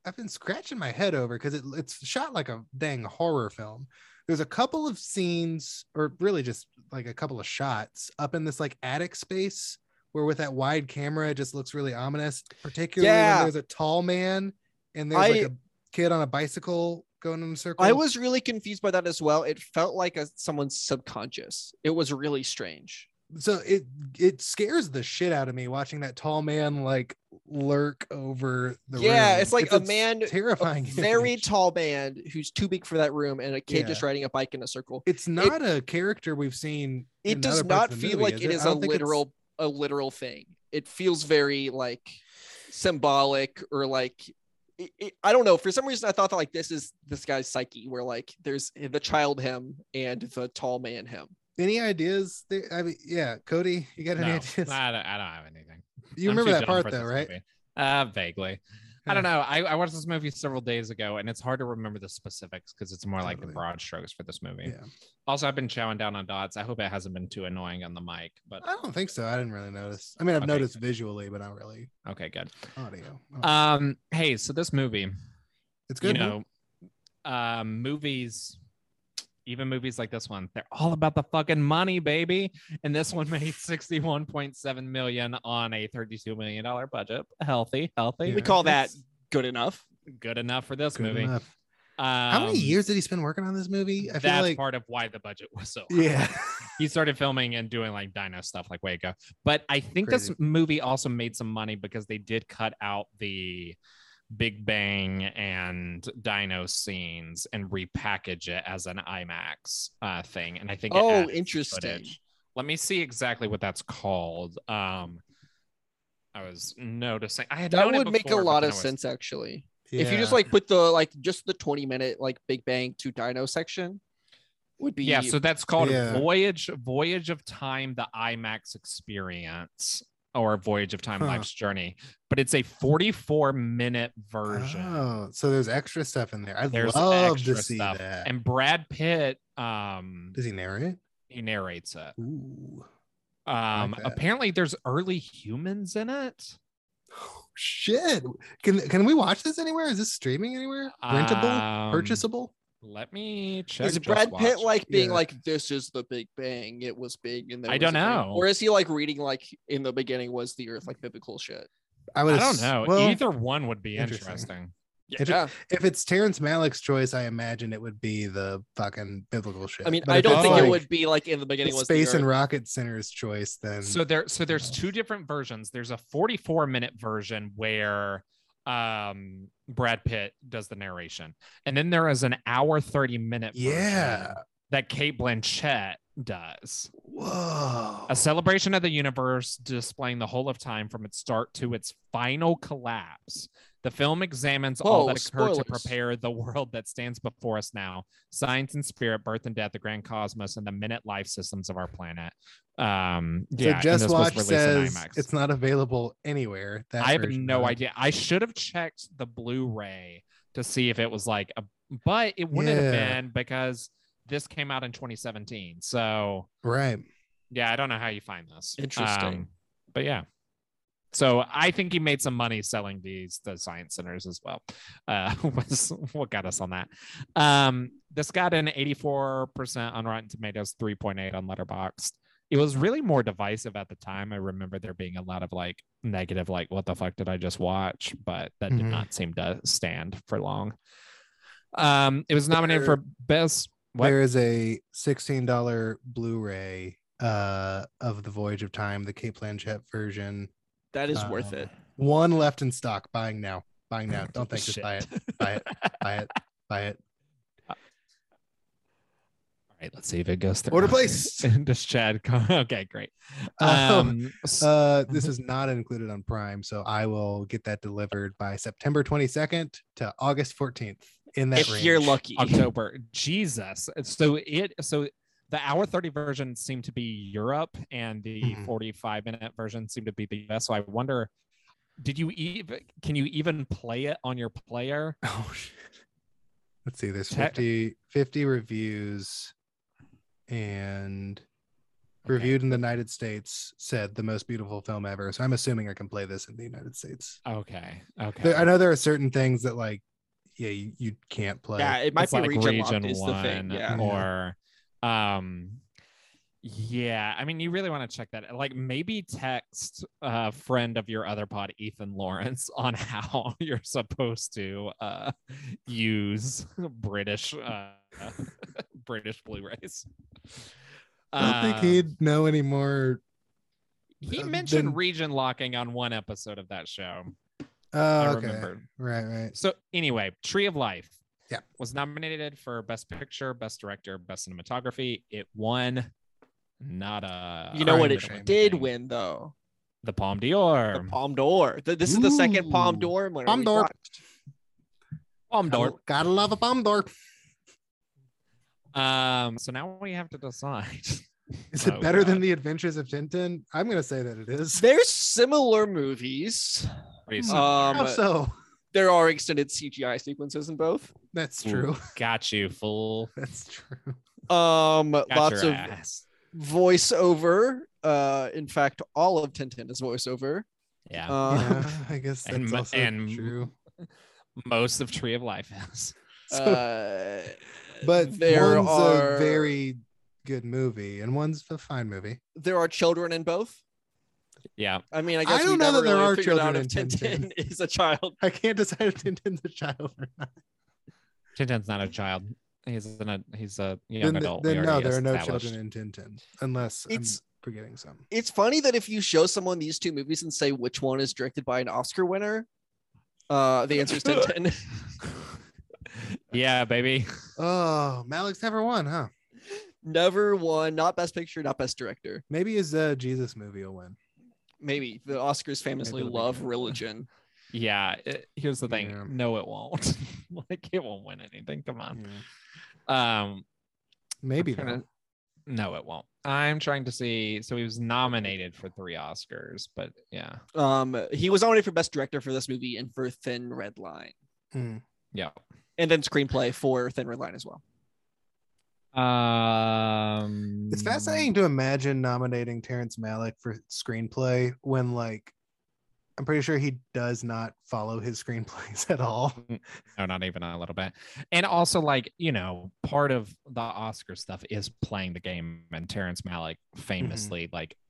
S3: i've been scratching my head over because it, it's shot like a dang horror film there's a couple of scenes or really just like a couple of shots up in this like attic space where with that wide camera it just looks really ominous particularly
S2: Yeah.
S3: when there's a tall man and there's
S2: I-
S3: like a kid on a bicycle going in a circle
S2: I was really confused by that as well. It felt like a, someone's subconscious. It was really strange.
S3: so it it scares the shit out of me watching that tall man like lurk over the
S2: Yeah,
S3: room.
S2: it's like a man- A
S3: terrifying
S2: very
S3: image.
S2: tall man who's too big for that room and a kid
S3: Yeah.
S2: just riding a bike in a circle.
S3: it's not a character we've seen
S2: It
S3: in
S2: does
S3: other parts
S2: not
S3: of the
S2: feel
S3: movie,
S2: like it
S3: I
S2: is a
S3: don't think it's-
S2: literal a literal thing. It feels very like symbolic or like it, it- I don't know. For some reason, I thought that like this is this guy's psyche, where like there's the child him and the tall man him.
S3: any ideas there? i mean yeah cody you got
S1: No,
S3: any
S1: I, don't,
S3: ideas
S1: I don't have anything.
S3: you
S1: I'm
S3: remember
S1: too
S3: that
S1: dumb
S3: part
S1: for
S3: though
S1: this
S3: right
S1: movie. Uh, vaguely. I
S3: Yeah.
S1: don't know. I, I watched this movie several days ago, and it's hard to remember the specifics because it's more like the
S3: Totally.
S1: broad strokes for this movie.
S3: yeah
S1: Also, I've been chowing down on dots. I hope it hasn't been too annoying on the mic, but
S3: i don't think so i didn't really notice i mean i've
S1: Okay.
S3: noticed visually but not really
S1: okay, good.
S3: audio I don't-
S1: Um, hey, so this movie,
S3: it's
S1: you
S3: good
S1: know, um, movies, even movies like this one, they're all about the fucking money, baby. And this one made 61.7 million on a 32 million dollar budget. Healthy, healthy.
S2: We call that good enough.
S1: Good enough for this
S3: good
S1: movie.
S3: enough.
S1: Um,
S3: how many years did he spend working on this movie i feel
S1: that's
S3: like
S1: part of why the budget was so high.
S3: yeah
S1: he started filming and doing like dino stuff like Waco. But I think
S3: Crazy.
S1: this movie also made some money because they did cut out the Big Bang and dino scenes and repackage it as an IMAX uh, thing. And I think it
S2: Oh,
S1: added
S2: interesting.
S1: footage. Let me see exactly what that's called. Um, I was noticing. I had
S2: That
S1: known it
S2: would make a
S1: before, but
S2: lot
S1: then
S2: of
S1: I was-
S2: sense actually. If you
S3: Yeah.
S2: just like put the like just the 20 minute like Big Bang to Dino section would be
S1: Yeah, so that's called
S3: Yeah.
S1: Voyage Voyage of Time, the IMAX experience. or Voyage of Time:
S3: Huh.
S1: Life's Journey, but it's a 44 minute version.
S3: Oh, so there's extra stuff in there. I'd
S1: There's
S3: love
S1: extra
S3: to see
S1: stuff.
S3: that.
S1: And Brad Pitt, um,
S3: Does he narrate?
S1: he narrates it.
S3: Ooh.
S1: Um,
S3: that.
S1: apparently, there's early humans in it.
S3: Shit. Can can we watch this anywhere? Is this streaming anywhere? Rentable?
S1: Um,
S3: Purchasable?
S1: Let me check.
S2: Is
S1: Just
S2: Brad Pitt
S1: Watch.
S2: like being
S3: Yeah.
S2: like, "This is the Big Bang. It was big." And then
S1: I don't know.
S2: or is he like reading like, "In the beginning was the Earth," like biblical shit?
S3: would
S1: I don't
S3: ass-
S1: know.
S3: well,
S1: Either one would be
S3: interesting.
S1: interesting.
S3: If, it- if it's Terrence Malick's choice, I imagine it would be the fucking biblical shit.
S2: I mean,
S3: But
S2: I
S3: if it's
S2: don't think it
S3: like
S2: would be like in the beginning
S3: the
S2: was
S3: Space
S2: the
S3: and
S2: Earth.
S3: Rocket Center's choice, then
S1: So there, so there's two different versions. There's a 44 minute version where um Brad Pitt does the narration, and then there is an hour 30 minute
S3: yeah.
S1: version that Kate Blanchett does.
S3: Whoa.
S1: A celebration of the universe displaying the whole of time from its start to its final collapse. The film examines all
S2: Whoa,
S1: that occurred to
S2: spoilers.
S1: prepare the world that stands before us now science and spirit, birth and death, the grand cosmos, and the minute life systems of our planet. Um,
S3: So
S1: yeah, and
S3: Just
S1: this was
S3: Watch
S1: released in
S3: says
S1: IMAX.
S3: it's not available anywhere. That
S1: I have
S3: version
S1: no
S3: of it.
S1: idea. I should have checked the Blu-ray to see if it was like a but it wouldn't have
S3: Yeah.
S1: been because this came out in 2017. So
S3: Right.
S1: yeah, I don't know how you find this. Um,
S2: Interesting.
S1: but yeah. So I think he made some money selling these the science centers as well. Uh, was what got us on that. Um, this got an 84% on Rotten Tomatoes, 3.8 on Letterboxd. It was really more divisive at the time. I remember there being a lot of like negative, like what the fuck did I just watch? But that did
S3: Mhm.
S1: not seem to stand for long. Um, it was nominated
S3: There-
S1: for best. What?
S3: There is a sixteen dollar Blu-ray uh of the Voyage of Time, the Cape Blanchett version.
S2: That is
S3: Uh,
S2: worth it.
S3: One left in stock. Buying now. Buying now. Don't think just buy it. Buy it. Buy it. Buy it.
S1: All right, let's see if it goes through.
S3: Order placed.
S1: Does Chad come? Okay, great.
S3: Um,
S1: Um, s-
S3: uh, this
S2: Mm-hmm.
S3: is not included on Prime, so I will get that delivered by September 22nd to August 14th. In that
S2: If
S3: range.
S2: you're lucky,
S1: October. Jesus. So it so the hour 30 version seemed to be Europe and the
S3: Mhm.
S1: 45 minute version seemed to be the US. So I wonder did you even can you even play it on your player?
S3: Oh shit. Let's see. There's
S1: Tech-
S3: 50, 50 reviews and
S1: Okay.
S3: reviewed in the United States said the most beautiful film ever. So I'm assuming I can play this in the United States.
S1: Okay. Okay.
S3: There- I know there are certain things that like yeah, you, you can't play.
S2: Yeah, it might be region, locked is the thing.
S3: Mm-hmm.
S2: Yeah.
S1: or um yeah i mean you really want to check that like maybe text a friend of your other pod ethan lawrence on how you're supposed to uh use british uh british blu-rays
S3: I don't think
S1: Uh,
S3: he'd know any more.
S1: he
S3: uh,
S1: mentioned
S3: then-
S1: region locking on one episode of that show i
S3: Oh, okay.
S1: remember
S3: Right, right.
S1: so anyway, Tree of Life.
S3: Yeah.
S1: Was nominated for Best Picture, Best Director, Best Cinematography. It won. Not a.
S2: You know what
S3: Crime
S2: it
S3: Shame.
S2: did win though?
S1: The Palme d'Or.
S2: The Palm d'Or. Th- This is the second Palm
S3: Ooh.
S2: d'Or winner.
S3: Palme
S2: we've
S3: d'Or.
S2: got.
S1: Palme
S3: Gotta,
S1: d'Or.
S3: gotta love a bomb door.
S1: Um. So now we have to decide.
S3: Is it
S1: Oh,
S3: better than
S1: God.
S3: the Adventures of Tintin? I'm gonna say that it is.
S2: They're similar movies.
S1: Pretty
S3: Hmm.
S1: soon.
S3: How
S2: Um,
S3: so?
S2: there are extended CGI sequences in both.
S3: That's
S1: Ooh,
S3: true.
S1: Got you, fool.
S3: That's true.
S2: Um,
S1: Got
S2: lots
S1: your
S2: of
S1: ass.
S2: voiceover. Uh, in fact, all of Tintin is voiceover.
S1: Yeah.
S2: Um,
S3: yeah, I guess
S1: Uh,
S3: that's
S1: and ma-
S3: also
S1: and-
S3: true.
S1: Most of Tree of Life is.
S3: So-
S2: uh,
S3: but
S2: there
S3: one's
S2: are
S3: a very good movie, and one's a fine movie.
S2: there are children in both.
S1: Yeah.
S2: I mean, I
S3: I
S2: guess
S3: don't
S2: we
S3: know
S2: never
S3: that there
S2: really
S3: are
S2: figured out
S3: children
S2: if
S3: in
S2: Tintin is a child.
S3: I can't decide if Tintin's a child or not.
S1: Tintin's not a child. He's an ad- he's a young
S3: then
S1: adult. We
S3: then no,
S1: already
S3: there are no
S1: established.
S3: children in Tintin, unless
S2: It's-
S3: I'm forgetting some.
S2: It's funny that if you show someone these two movies and say which one is directed by an Oscar winner, uh, the answer is Tintin.
S1: Yeah, baby.
S3: Oh, Malik's never won, huh?
S2: never won, not best picture, not best director.
S3: Maybe his uh, Jesus movie will win.
S2: Maybe the Oscars famously
S3: it'll be
S2: love
S3: good.
S2: religion.
S1: Yeah, it, here's the thing.
S3: Yeah.
S1: No, it won't. Um, like it won't win anything. Come on.
S3: Yeah.
S1: Um,
S3: Maybe
S1: I'm trying
S3: though.
S1: to- No, it won't. I'm trying to see. So he was nominated for three Oscars, but yeah.
S2: Um, he was nominated for best director for this movie and for Thin Red Line,
S3: Mm.
S1: Yeah.
S2: and then screenplay for Thin Red Line as well.
S1: Um
S3: It's fascinating to imagine nominating Terrence Malick for screenplay when, like, I'm pretty sure he does not follow his screenplays at all.
S1: No, not even a little bit. And also, like, you know, part of the Oscar stuff is playing the game, and Terrence Malick famously, like,
S3: Mm-hmm.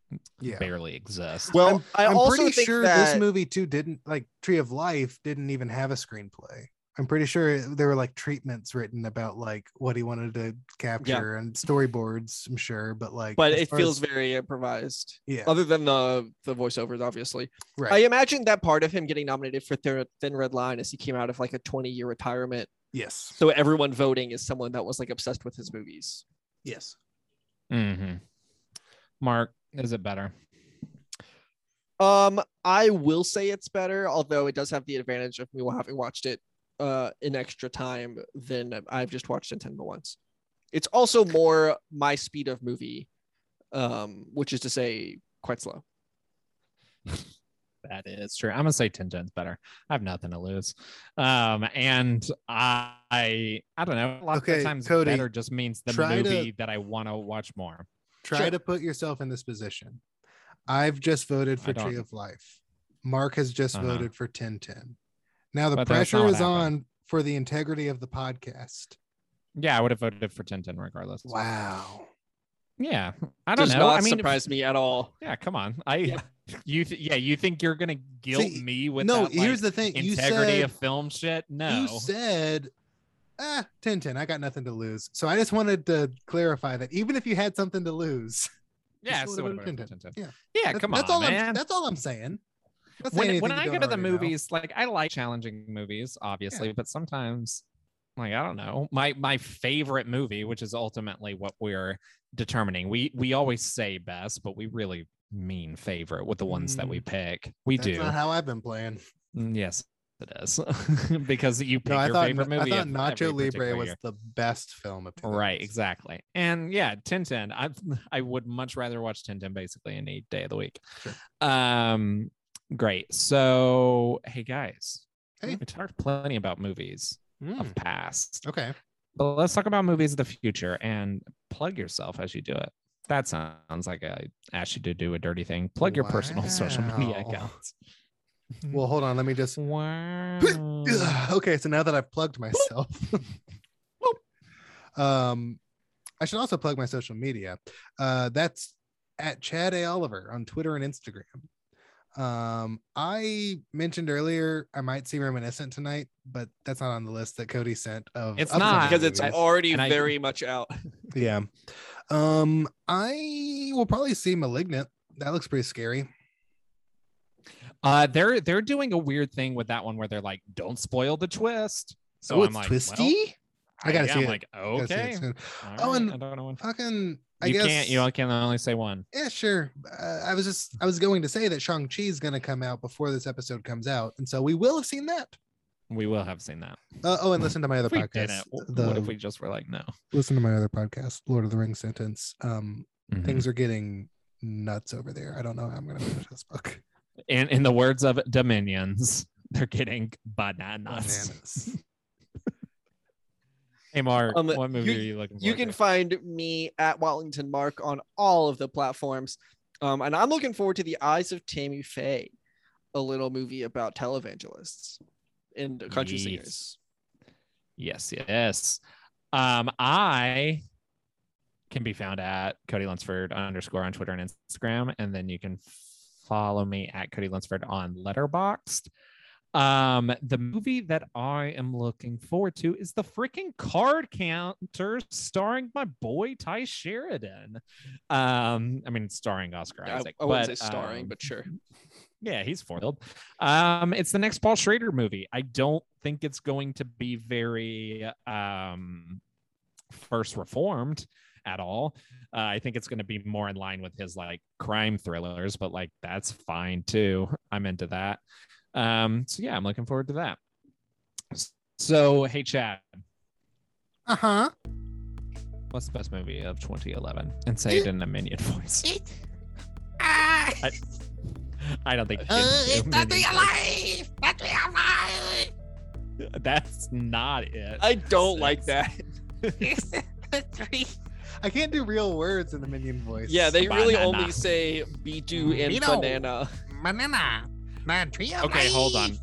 S3: Yeah.
S1: barely exists.
S2: Well, i
S3: I'm
S2: also
S3: pretty
S2: think
S3: sure
S2: that
S3: this movie too didn't like Tree of Life didn't even have a screenplay. I'm pretty sure there were like treatments written about like what he wanted to capture and storyboards. I'm sure, but like,
S2: but
S3: as
S2: it
S3: far
S2: feels
S3: as-
S2: very improvised.
S3: yeah,
S2: Other than the the voiceovers, obviously,
S3: right.
S2: I imagine that part of him getting nominated for Thin Thin Red Line is he came out of like a 20 year retirement,
S3: yes,
S2: so everyone voting is someone that was like obsessed with his movies.
S3: yes.
S1: hmm Mark, is it better?
S2: Um, I will say it's better, although it does have the advantage of me having watched it uh in extra time than I've just watched Nintendo once. It's also more my speed of movie, um, which is to say quite slow.
S1: That is true. I'm gonna say Ten Gen's better. I have nothing to lose. Um, and I, I don't know. A lot
S3: Okay,
S1: of times,
S3: Cody,
S1: better just means the
S3: try to-
S1: movie that I want to watch more.
S3: Try
S2: Sure.
S3: to put yourself in this position. I've just voted
S1: I
S3: for Tree
S1: don't-
S3: of Life. Mark has just
S1: Uh-huh.
S3: voted for 1010. Now the
S1: But that's not
S3: pressure
S1: what
S3: is
S1: happened.
S3: on for the integrity of the podcast.
S1: Yeah, I would have voted for Ten Ten regardless.
S3: Wow.
S1: Yeah, I don't
S2: Does
S1: know.
S2: not
S1: I mean,
S2: surprise me at all.
S1: yeah, come on. I,
S2: Yeah.
S1: you, th- yeah, you think you're gonna guilt
S3: See,
S1: me with
S3: No,
S1: that,
S3: here's
S1: like,
S3: the thing. You
S1: integrity
S3: said
S1: of film shit? No.
S3: you said ah 10 10 i got nothing to lose so i just wanted to clarify that even if you had something to lose
S1: yeah,
S3: you
S1: so
S3: still
S1: what
S3: would've
S1: about
S3: voted
S1: Tintin?
S3: Yeah.
S1: yeah.
S3: that's,
S1: Ah, come
S3: that's
S1: on,
S3: all
S1: man.
S3: I'm, that's all i'm saying I'm not saying
S1: when,
S3: anything
S1: when
S3: you
S1: I go
S3: don't
S1: to the
S3: already know.
S1: movies, like I like challenging movies, obviously, but sometimes, like I don't know, my my favorite movie, which is ultimately what we're determining. We we always say best, but we really mean favorite with the ones that we pick. We
S3: Mm.
S1: do.
S3: that's not how i've been playing
S1: Mm, yes, it is because you pick
S3: no i
S1: your
S3: thought,
S1: favorite
S3: I
S1: movie.
S3: thought
S1: of every
S3: nacho libre
S1: particular
S3: was
S1: year.
S3: the best film of the
S1: Right,
S3: movies.
S1: exactly. And yeah, Tintin. I I would much rather watch Tintin basically any day of the week.
S3: Sure.
S1: Um great. So hey guys.
S3: Hey.
S1: We talked plenty about movies
S3: Mm,
S1: of past.
S3: okay
S1: But let's talk about movies of the future and plug yourself as you do it. That sounds like I asked you to do a dirty thing. Plug your personal social media
S3: Wow.
S1: accounts. Hmm.
S3: well hold on let me just
S1: Wow. Hmm.
S3: Ugh, okay, so now that I've plugged myself, um, I should also plug my social media. Uh, that's at Chad A. Oliver on Twitter and Instagram. Um, I mentioned earlier I might see Reminiscent tonight, but that's not on the list that Cody sent. Of
S1: It's
S3: upcoming
S1: not.
S2: Because it's
S3: movies.
S2: already
S1: And I-
S2: very much out.
S3: yeah. Um, I will probably see Malignant. That looks pretty scary.
S1: Uh, they're they're doing a weird thing with that one where they're like, "Don't spoil the twist." So
S3: oh,
S1: I'm
S3: it's
S1: like,
S3: twisty.
S1: Well,
S3: I gotta
S1: yeah,
S3: see
S1: I'm
S3: it.
S1: like,
S3: Gotta see it
S1: okay.
S3: soon.
S1: oh,
S3: Oh,
S1: and
S3: and-
S1: I don't know. When,
S3: Fucking. I
S1: you
S3: guess
S1: can't. You can only say one.
S3: Yeah, sure. Uh, I was just I was going to say that Shang Chi is going to come out before this episode comes out, and so we will have seen that.
S1: We will have seen that.
S3: Uh, oh, and listen to my other
S1: If we
S3: podcast.
S1: didn't, w-
S3: The,
S1: what if we just were like, no?
S3: listen to my other podcast, Lord of the Rings sentence. Um,
S1: Mhm.
S3: things are getting nuts over there. I don't know how I'm going to finish this book.
S1: In in the words of Dominions, they're getting bananas.
S3: Bananas.
S1: Hey Mark,
S2: Um,
S1: what movie
S2: you-
S1: are you looking for?
S2: You can find me at Wallington Mark on all of the platforms. Um, and I'm looking forward to The Eyes of Tammy Faye, a little movie about televangelists and country
S1: Yes.
S2: singers.
S1: yes, yes. Um, I can be found at Cody Lunsford underscore on Twitter and Instagram, and then you can follow me at Cody Lunsford on Letterboxd. Um, the movie that I am looking forward to is the freaking card counter starring my boy Ty Sheridan. Um, I mean, starring Oscar
S2: I,
S1: Isaac,
S2: I wouldn't
S1: but,
S2: say starring,
S1: um,
S2: but sure.
S1: yeah, he's foiled. Um, it's the next Paul Schrader movie. I don't think it's going to be very um, first reformed at all. Uh, I think it's going to be more in line with his like crime thrillers, but like that's fine too. I'm into that. Um, so yeah, I'm looking forward to that. So hey, Chad,
S4: Uh-huh.
S3: Uh huh.
S1: what's the best movie of 2011 and say it in a minion voice.
S4: Ah,
S1: I don't think you can
S4: uh,
S1: do
S4: it's not
S1: minion
S4: me
S1: voice.
S4: alive! Not me alive!
S1: That's not it.
S2: I don't like that.
S4: It's three.
S3: I can't do real words in the minion voice.
S2: Yeah, they really
S1: Banana.
S2: only say Bidu and
S4: Beetle.
S2: banana.
S4: Banana. Not me
S1: Okay, hold on.
S4: alive.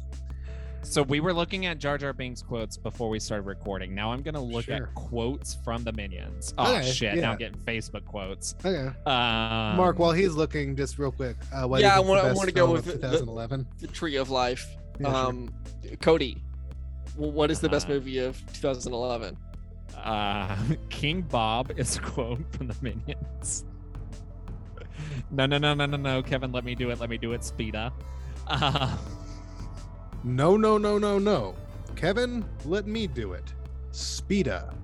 S1: So we were looking at Jar Jar Binks quotes before we started recording. Now I'm gonna look
S3: Sure.
S1: at quotes from the minions. Oh
S3: Okay,
S1: shit! Now
S3: yeah.
S1: I'm getting Facebook quotes.
S3: Okay.
S1: Um,
S3: Mark, while he's looking, just real quick. Uh, what do you
S2: Yeah, I
S3: think's the
S2: wanna- I
S3: best
S2: wanna go
S3: film
S2: with
S3: of
S2: the- the-
S3: 2011.
S2: The Tree of Life.
S3: Yeah, sure.
S2: um, Cody, w- what is the best
S1: Uh,
S2: movie of 2011?
S1: uh, King Bob is a quote from the minions. No, no, no, no, no, no, Kevin. Let me do it. Let me do it. Speed up. Uh,
S3: No, no, no, no, no. Kevin, let me do it. Speeda.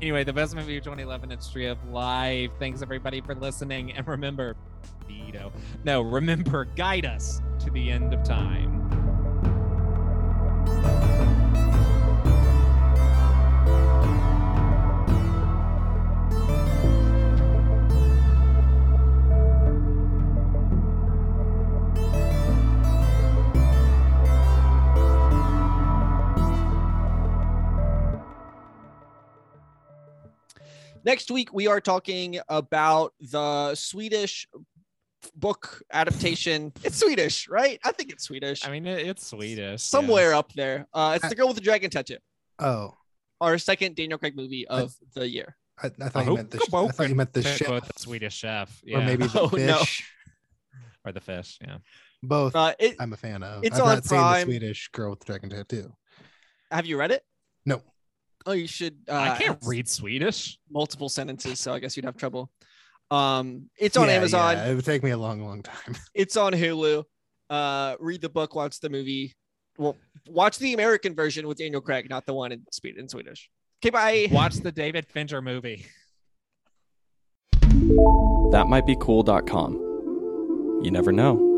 S1: anyway, the best movie of 2011 is Tree of Life. Thanks everybody for listening, and remember, Vito. No, remember, guide us to the end of time.
S2: Next week, we are talking about the Swedish book adaptation. it's Swedish, right? I think it's Swedish.
S1: I mean, it, it's Swedish.
S2: Somewhere up there. Uh, it's The Girl with the Dragon Tattoo,
S3: Oh,
S2: our second Daniel Craig movie of the year.
S3: I, I thought you
S1: Oh,
S3: meant the. Sh- I thought you meant the
S1: Yeah.
S3: ship,
S1: Quote the Swedish chef, yeah.
S3: or maybe the
S2: Oh, no.
S3: fish.
S1: or the fish. Yeah.
S3: Both.
S2: Uh, it,
S3: I'm a fan of.
S2: it's
S3: I've
S2: on
S3: not
S2: Prime.
S3: seen the Swedish girl with the dragon tattoo.
S2: have you read it?
S3: No.
S2: Oh, you should. Uh,
S1: I can't
S2: it's
S1: read Swedish.
S2: multiple sentences, so I guess you'd have trouble. Um, it's on
S3: Yeah,
S2: Amazon.
S3: yeah, it would take me a long, long time.
S2: it's on Hulu. Uh, read the book, watch the movie. Well, watch the American version with Daniel Craig, not the one in Sweden in Swedish. Okay, bye.
S1: Watch the David Fincher movie.
S5: That might be cool.com. You never know.